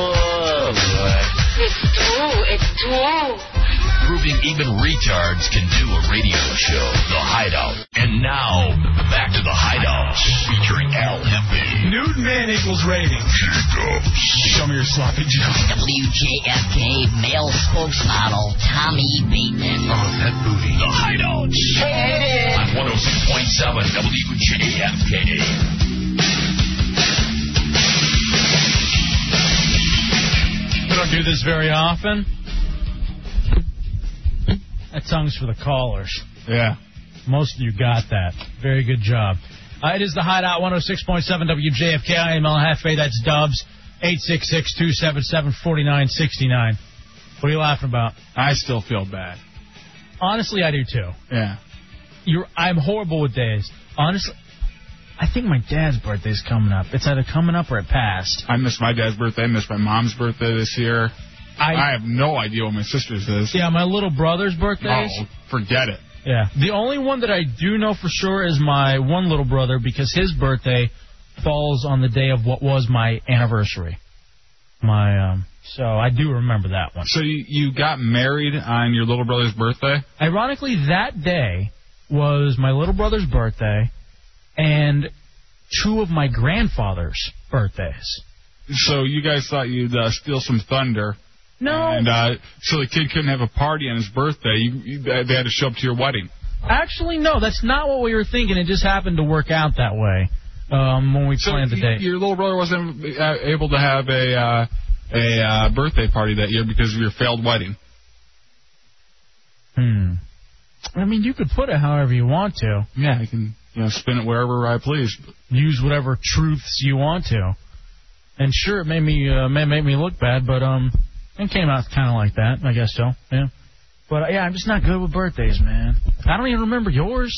boy. It's true. It's true. Proving even retards can do a radio show. The Hideout. And now, back to The Hideout featuring El Jefe. Newton Man equals ratings. Show me your sloppy joe. WJFK male spokesmodel Tommy Bateman. Oh, that booty. The Hideout. On 106.7 WJFK. We don't do this very often. That tongue's for the callers. Yeah. Most of you got that. Very good job. Uh, it is the Hideout 106.7 WJFK. I am El Jefe. That's Dubs. 866-277-4969. What are you laughing about? I still feel bad. Honestly, I do too. Yeah. You're, I'm horrible with days. Honestly, I think my dad's birthday's coming up. It's either coming up or it passed. I missed my dad's birthday. I missed my mom's birthday this year. I- I, have no idea what my sister's is. Yeah, my little brother's birthday. Oh, forget it. Yeah. The only one that I do know for sure is my one little brother because his birthday falls on the day of what was my anniversary. My um so I do remember that one. So you, you got married on your little brother's birthday? Ironically, that day was my little brother's birthday and two of my grandfather's birthdays. So you guys thought you'd uh, steal some thunder. No. And uh, so the kid couldn't have a party on his birthday. You, you, they they had to show up to your wedding. Actually, no, that's not what we were thinking. It just happened to work out that way um, when we planned the You- date. Your little brother wasn't uh, able to have a uh, a uh, birthday party that year because of your failed wedding. Hmm. I mean, you could put it however you want to. Yeah, I can you know spin it wherever I please. use whatever truths you want to. And sure, it made me uh, may make me look bad, but um, it came out kind of like that, I guess so. Yeah. But uh, yeah, I'm just not good with birthdays, man. I don't even remember yours.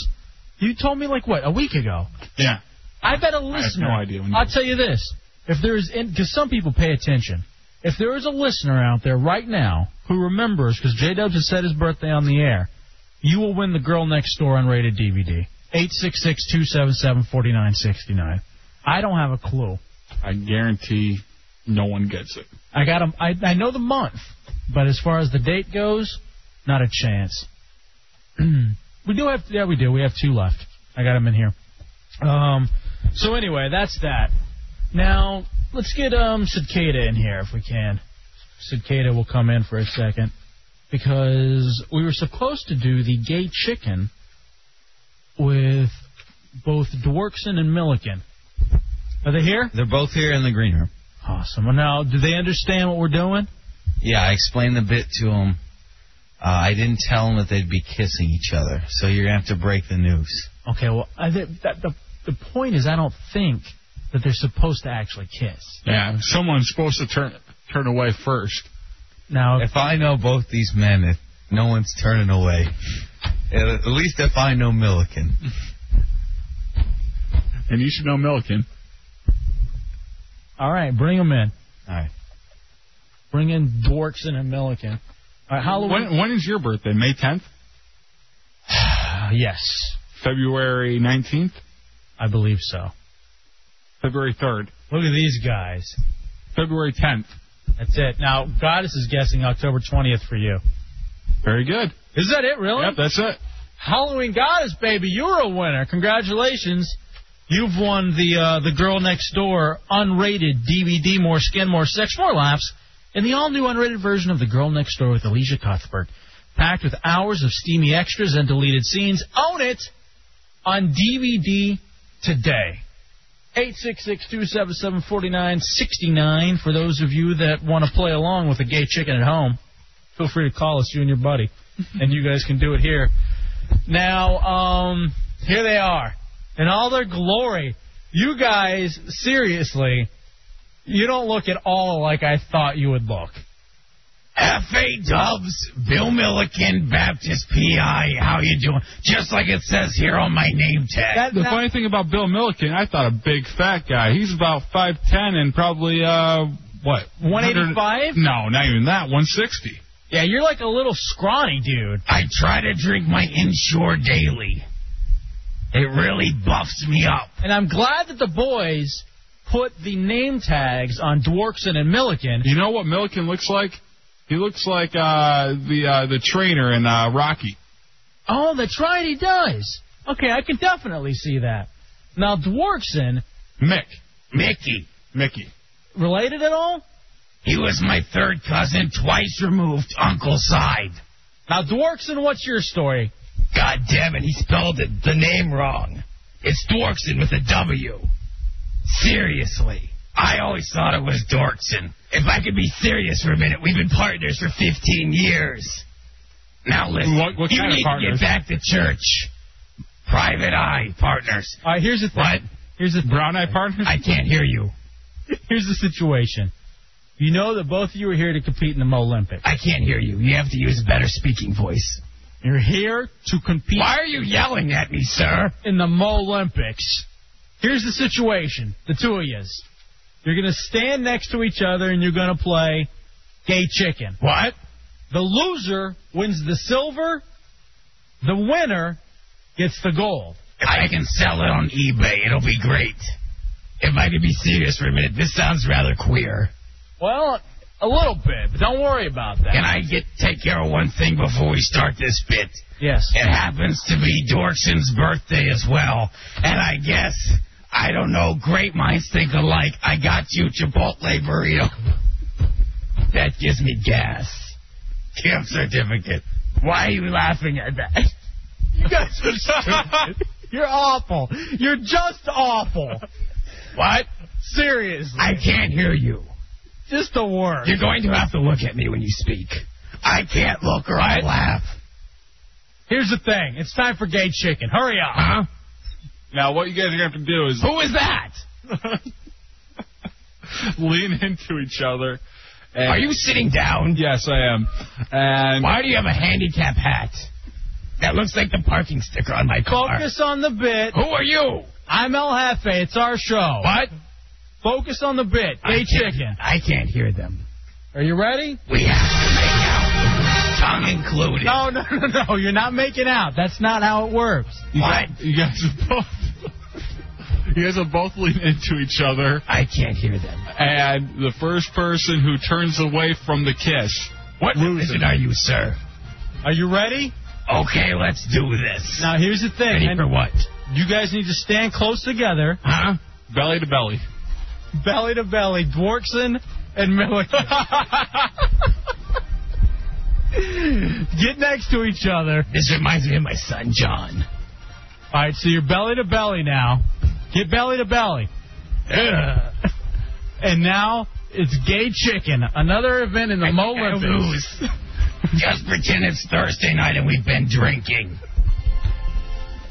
You told me like what a week ago. Yeah. I bet a listener. no idea when you- I'll tell you this: if there is, because some people pay attention. If there is a listener out there right now who remembers, because J Dubs has said his birthday on the air, you will win the Girl Next Door unrated DVD. 866-277-4969. I don't have a clue. I guarantee no one gets it. I got 'em- I, I know the month, but as far as the date goes, not a chance. we do have. Yeah, we do. We have two left. I got 'em in here. Um. So anyway, that's that. Now let's get um Cicada in here if we can. Cicada will come in for a second because we were supposed to do the gay chicken with both Dworkson and Milliken. Are they here? They're both here in the green room. Awesome. Well, Now, do they understand what we're doing? Yeah, I explained the bit to him. Uh, I didn't tell him that they'd be kissing each other, so you're gonna have to break the news. Okay, well, I th- that, the the point is, I don't think that they're supposed to actually kiss. Yeah, someone's supposed to turn turn away first. Now, if I know both these men, if no one's turning away, at at least if I know Milliken, and you should know Milliken. All right, bring them in. All right. Bring in Dorkson and Milliken. All right, Halloween. When, when is your birthday? May 10th? yes. February 19th? I believe so. February 3rd. Look at these guys. February 10th. That's it. Now, Goddess is guessing October 20th for you. Very good. Is that it, really? Yep, that's it. Halloween Goddess, baby, you're a winner. Congratulations. You've won the uh, the Girl Next Door unrated DVD, more skin, more sex, more laughs, and the all new unrated version of The Girl Next Door with Alicia Cuthbert, packed with hours of steamy extras and deleted scenes. Own it on DVD today. 866-277-4969 for those of you that want to play along with a gay chicken at home. Feel free to call us, you and your buddy, and you guys can do it here. Now, um, here they are in all their glory. You guys, seriously, you don't look at all like I thought you would look. F.A. Dubs, Bill Milliken, Baptist PI. How you doing? Just like it says here on my name tag. the funny thing about Bill Milliken, I thought a big fat guy. He's about five ten and probably uh what? One eighty five? No, not even that. One sixty. Yeah, you're like a little scrawny dude. I try to drink my Ensure daily. It really buffs me up. And I'm glad that the boys put the name tags on Dworkson and Milliken. You know what Milliken looks like? He looks like uh the uh the trainer in uh Rocky. Oh, that's right, he does. Okay, I can definitely see that. Now, Dworkson, Mick. Mickey. Mickey. related at all? He was my third cousin, twice removed, uncle side. Now, Dworkson, what's your story? God damn it, he spelled it, the name wrong. It's Dorkson with a W. Seriously. I always thought it was Dorkson. If I could be serious for a minute, we've been partners for 15 years. Now listen, What- what you kind of need to partners? get back to church. Private eye partners. All right, here's the thing. What? Here's the brown eye partner. I can't hear you. Here's the situation. You know that both of you are here to compete in the Mo Olympics. I can't hear you. You have to use a better speaking voice. You're here to compete. Why are you yelling at me, sir? In the Mo Olympics. Here's the situation, the two of yous. You're gonna stand next to each other and you're gonna play gay chicken. What? The loser wins the silver. The winner gets the gold. If I can sell it on eBay, it'll be great. If I could be serious for a minute, this sounds rather queer. Well, a little bit, but don't worry about that. Can I get take care of one thing before we start this bit? Yes. It happens to be Dorkson's birthday as well, and I guess I don't know. Great minds think alike. I got you Chipotle burrito. That gives me gas. Gift certificate. Why are you laughing at that? You guys are stupid. You're awful. You're just awful. what? Seriously. I can't hear you. Just the worst. You're going to have to look at me when you speak. I can't look or I laugh. Here's the thing. It's time for gay chicken. Hurry up. Huh? Now what you guys are gonna have to do is Uh-huh. Who is that? lean into each other. And Are you sitting down? Yes, I am. And Why do you have a handicap hat? That looks like the parking sticker on my car. Focus on the bit. Who are you? I'm El Jefe. It's our show. What? Focus on the bit. I Gay can't- chicken. I can't hear them. Are you ready? We have to make out, tongue included. No, no, no, no. You're not making out. That's not how it works. What? you guys are both. You guys will both lean into each other, I can't hear them. and the first person who turns away from the kiss. What religion are you, sir? Are you ready? Okay, let's do this. Now, here's the thing. Ready and for what? You guys need to stand close together, Huh? Belly to belly. belly to belly, Dworkson and Milliken. Get next to each other. This reminds me of my son, John. All right, so you're belly to belly now. Get belly to belly. Ugh. And now it's gay chicken, another event in the I Mo think I Olympics. lose. Just pretend it's Thursday night and we've been drinking.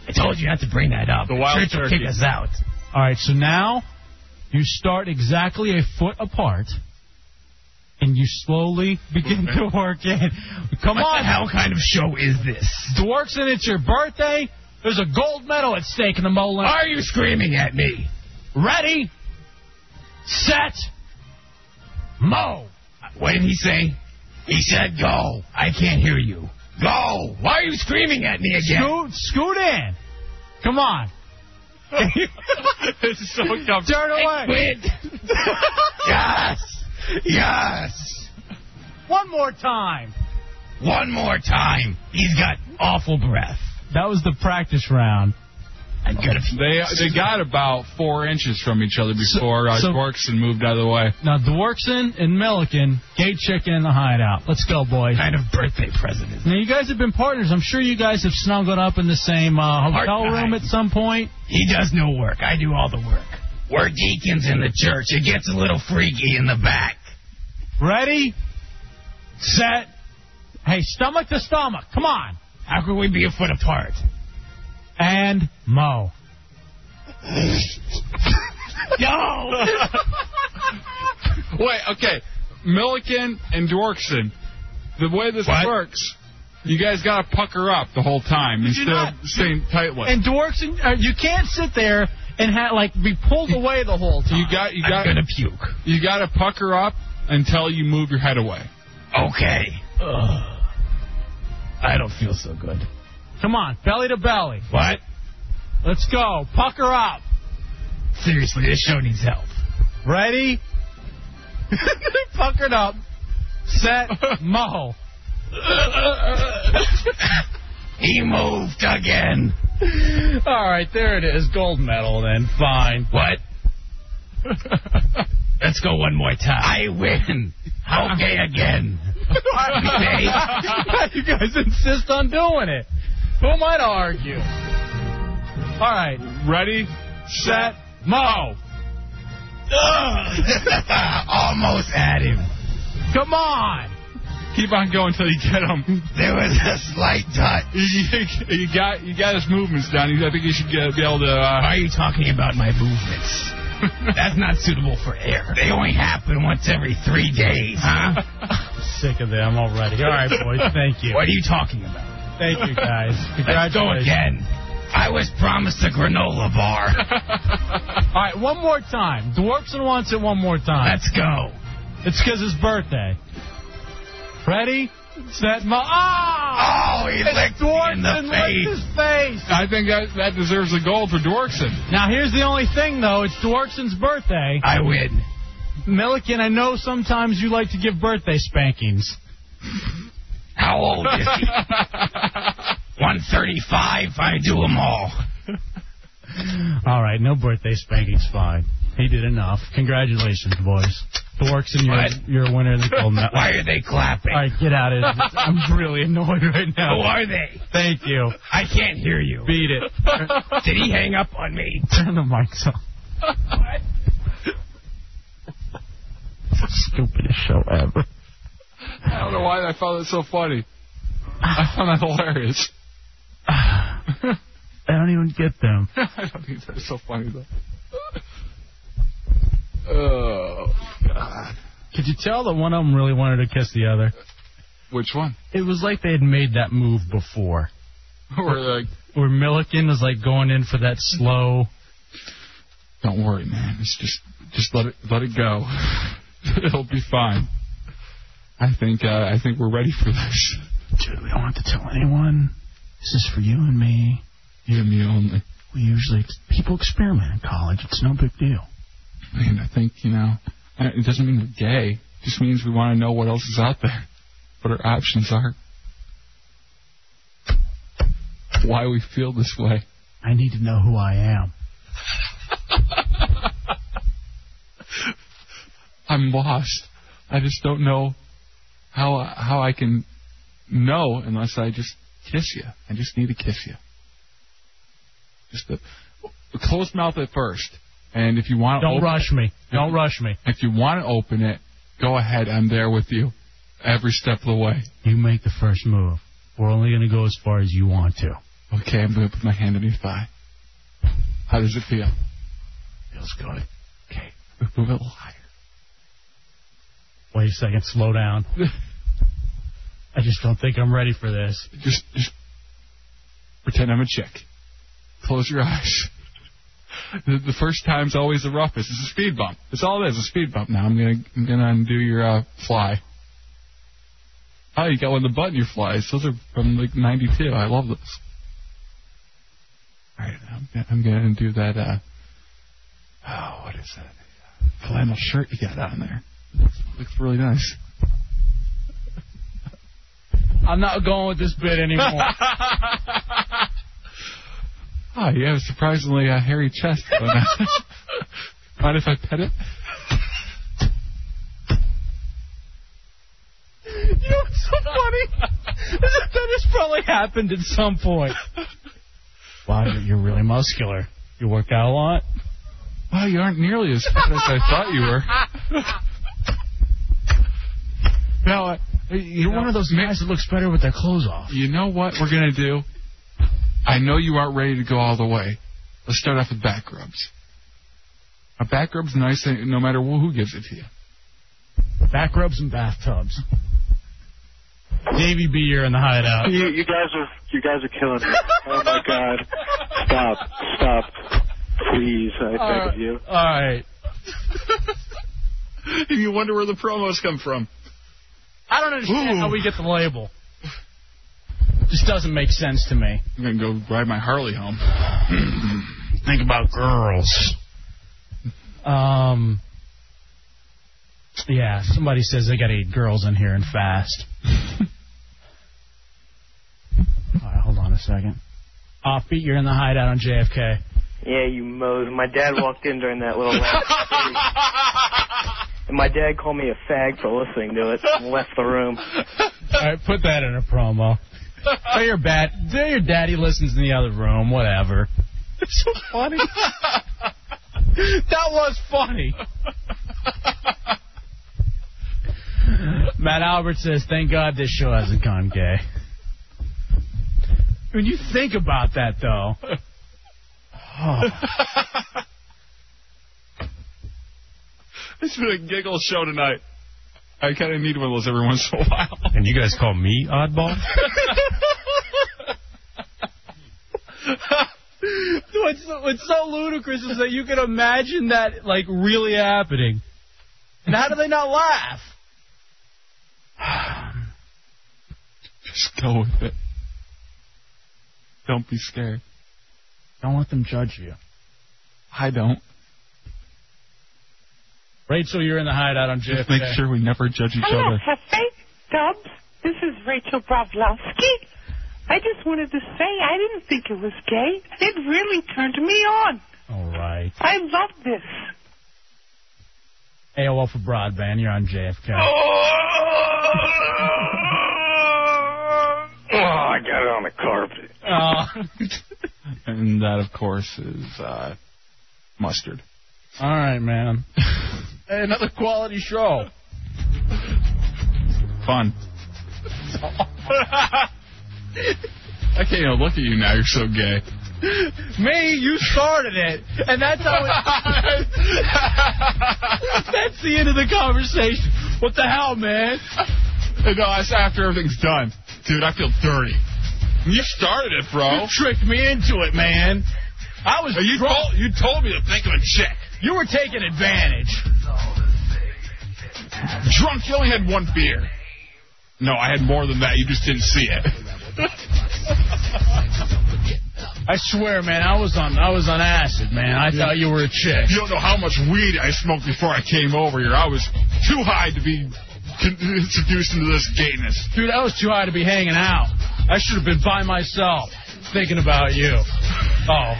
I told you not to bring that up. The wild Church will turkey. kick us out. All right, so now you start exactly a foot apart, and you slowly begin to work in. Come What on, the hell kind of show is this? Dworks, and it's your birthday. There's a gold medal at stake in the Mo Olympics. Are you screaming at me? Ready, set, Mo! What did he say? He said go. I can't hear you. Go! Why are you screaming at me again? scoot, scoot in. Come on, this is so uncomfortable. turn away. Quit! yes! Yes! One more time. One more time. He's got awful breath. That was the practice round. I'm good They they got about four inches from each other before uh, so- Dworkson moved out of the way. Now, Dworkson and Milliken, gay chicken in the hideout. Let's go, boys. Kind of birthday present. Now, you guys have been partners. I'm sure you guys have snuggled up in the same uh, hotel room at some point. He does no work. I do all the work. We're deacons in the church. It gets a little freaky in the back. Ready? Set. Hey, stomach to stomach. Come on. How could we be a foot apart? And Mo. No! Wait, okay. Milliken and Dworkson. The way this works, you guys got to pucker up the whole time instead of staying tight lipped. And Dworkson, uh, you can't sit there and ha- like be pulled away the whole time. You got you got gonna puke. You got to pucker up until you move your head away. Okay. Ugh. I don't feel so good. Come on, belly to belly. What? Let's go. Pucker up. Seriously, this show needs help. Ready? Puckered up. Set. Mo. He moved again. All right, there it is. Gold medal then. Fine. What? Let's go one more time. I win. Okay again. you guys insist on doing it. Who am I to argue? All right. Ready? Set. Mo. Almost at him. Come on. Keep on going until you get him. There was a slight touch. You, you got you got his movements down. You- I think you should get, be able to. Uh, Why are you talking about my movements? That's not suitable for air. They only happen once every three days. Huh? Sick of them already. All right, boys. Thank you. What are you talking about? Thank you, guys. Let's go Congratulations. again. I was promised a granola bar. All right, one more time. Dwarfson wants it one more time. Let's go. It's because it's birthday. Ready? Set. Mo. Oh, Ah! he It's licked me in the Dwarfson licked face. his face. I think that that deserves a gold for Dworkson. Now here's the only thing though. It's Dwarfson's birthday. I win. Milliken, I know sometimes you like to give birthday spankings. How old is he? 135. I do them all. All right, no birthday spankings, fine. He did enough. Congratulations, boys. Dwarfson, What? you're, you're a winner of the gold medal. Why are they clapping? All right, get out of here. I'm really annoyed right now. Who are they? Thank you. I can't hear you. Beat it. Did he hang up on me? Turn the mics off. Stupidest show ever. I don't know why I found it so funny. I found that hilarious. I don't even get them. I don't think that's so funny though. oh God! Could you tell that one of them really wanted to kiss the other? Which one? It was like they had made that move before. Or like, where Milliken was like going in for that slow. don't worry, man. It's just just let it let it go. It'll be fine. I think uh, I think we're ready for this. Dude, we don't have to tell anyone. This is for you and me. You and me only. We usually people experiment in college. It's no big deal. And I think you know, I- it doesn't mean we're gay. It just means we want to know what else is out there, what our options are, why we feel this way. I need to know who I am. I'm lost. I just don't know how how I can know unless I just kiss you. I just need to kiss you. Just a, a closed mouth at first, and if you want to Don't open, rush me. Don't rush me. if you want to open it, go ahead. I'm there with you every step of the way. You make the first move. We're only going to go as far as you want to. Okay, I'm gonna put my hand on your thigh. How does it feel? Feels good. Okay, move it a little higher. Wait a second. Slow down. I just don't think I'm ready for this. Just just pretend I'm a chick. Close your eyes. The, the first time's always the roughest. It's a speed bump. It's all it is. A speed bump. Now I'm gonna I'm gonna undo your uh, fly. Oh, you got one of the button your flies. Those are from like '92. I love those. All right, I'm, gonna- I'm gonna undo that. Uh, oh, what is that? Flannel shirt you got on there. looks really nice. I'm not going with this bit anymore. Ah, you have a surprisingly uh, hairy chest. though now. Mind if I pet it? You know what's so funny? that has probably happened at some point. wow, you're, you're really muscular. You work out a lot. Wow, you aren't nearly as fat as I thought you were. Now, uh, you're one of those guys that looks better with their clothes off. You know what we're gonna do? I know you aren't ready to go all the way. Let's start off with back rubs. A back rub's nice, uh, no matter who who gives it to you. Back rubs and bathtubs. Davey B, you're in the hideout. You, you guys are you guys are killing me. Oh my god! Stop! Stop! Please, I beg All right. of you. All right. if you wonder where the promos come from. I don't understand how we get the label. This doesn't make sense to me. I'm gonna go ride my Harley home. Think about girls. Um. Yeah, somebody says they got to eat girls in here and fast. All right, hold on a second. Offbeat, you're in the hideout on JFK. Yeah, you mows. My dad walked in during that little last streak. And my dad called me a fag for listening to it and left the room. All right, put that in a promo. Tell your bat, tell your daddy listens in the other room. Whatever. It's so funny. that was funny. Matt Albert says, "Thank God this show hasn't gone gay." When you think about that, though. It's been a giggle show tonight. I kind of need one of those every once in a while. And you guys call me oddball? what's, what's so ludicrous is that you can imagine that like really happening. And how do they not laugh? Just go with it. Don't be scared. Don't let them judge you. I don't. Rachel, you're in the hideout on JFK. Just make sure we never judge each Hello, other. Hefe, Dubs. This is Rachel Bravlowski. I just wanted to say I didn't think it was gay. It really turned me on. All right. I love this. AOL for broadband. You're on JFK. Oh, I got it on the carpet. Uh, and that, of course, is uh, mustard. All right, man. Hey, another quality show. Fun. I can't even look at you now. You're so gay. Me, you started it, and that's how. It, that's the end of the conversation. What the hell, man? No, that's after everything's done. Dude, I feel dirty. You started it, bro. You tricked me into it, man. I was. You told, you told me to think of a chick. You were taking advantage. Drunk, you only had one beer. No, I had more than that. You just didn't see it. I swear, man, I was on. I was on acid, man. I thought you were a chick. You don't know how much weed I smoked before I came over here. I was too high to be con- seduced into this gayness. Dude, I was too high to be hanging out. I should have been by myself thinking about you. Oh. All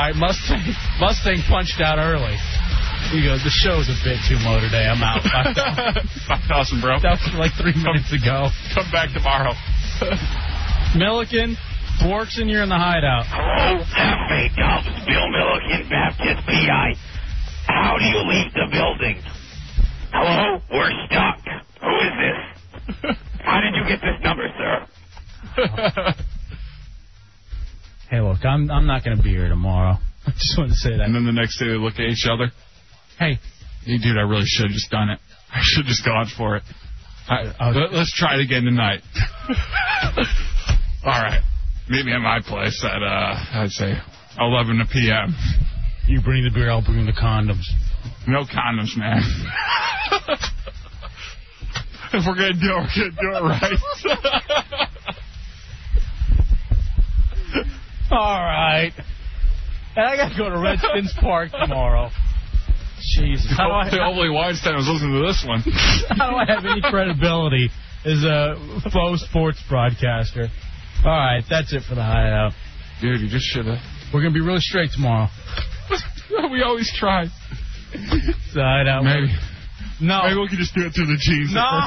right, Mustang, Mustang punched out early. He goes, the show's a bit too low today. I'm out. Five thousand, bro. That was like three minutes ago. Come back tomorrow. Milliken, Borkson, you're in the hideout. Hello, Happy Dumps, Bill Milliken, Baptist PI. How do you leave the building? Hello, we're stuck. Who is this? How did you get this number, sir? Hey, look, I'm I'm not gonna be here tomorrow. I just wanted to say that. And then the next day they look at each other. Hey. Hey, dude, I really should have just done it. I should have just gone for it. I, let, us try it again tonight. All right. Meet me at my place at, uh, I'd say 11 p.m. You bring the beer, I'll bring the condoms. No condoms, man. if we're going to do it, we're going to do it right. All right. And I gotta go to Redskins Park tomorrow. Jesus. How do I, Hopefully, hopefully Weinstein was listening to this one. how do I have any credibility as a faux sports broadcaster? All right, that's it for the hideout. Dude, you just should have. We're gonna be really straight tomorrow. we always try. So I don't Maybe. No. Maybe we can just do it through the jeans. No.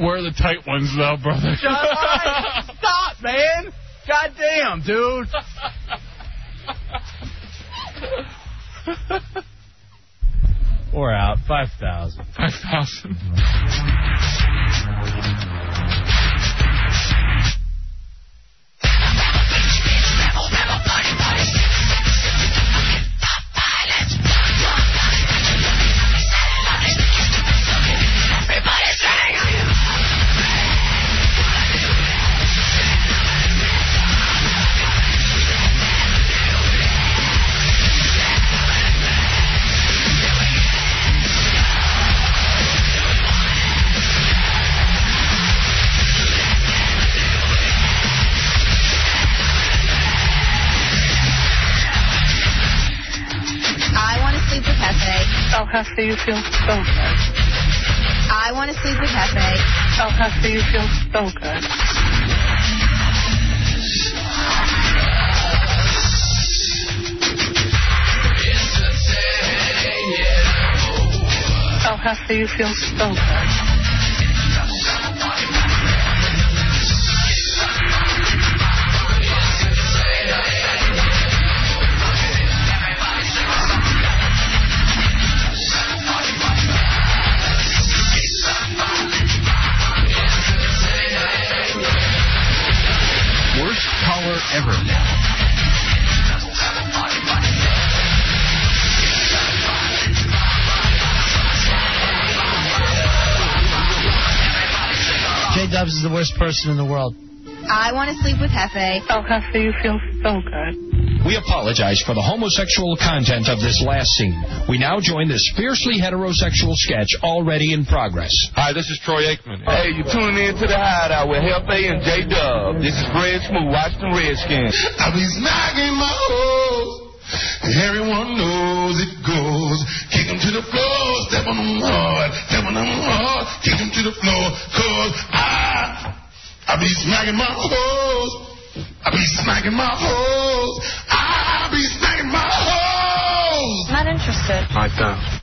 Wear the tight ones though, brother. Stop, man. God damn, dude. We're out. 5,000. 5,000. I want to sleep with Hefe. Oh, Hefe, you feel so good. I want to sleep with Hefe. Oh, Hefe, you feel so good. Oh, Hefe, you feel so good. Worst caller ever now. J Dubs is the worst person in the world. I want to sleep with Hefe. Oh, Hefe, you feel so good. We apologize for the homosexual content of this last scene. We now join this fiercely heterosexual sketch already in progress. Hi, this is Troy Aikman. Hey, you tuning in to the hideout with Hefe and J Dub. This is Red Smooth, Washington Redskins. I be smacking my hoes. Everyone knows it goes. Kick 'em to the floor, step on them hard, step on them hard, kick 'em to the floor, cause I, I be smacking my hoes. I be smacking my hoes. I be smacking my hoes. Not interested. I don't.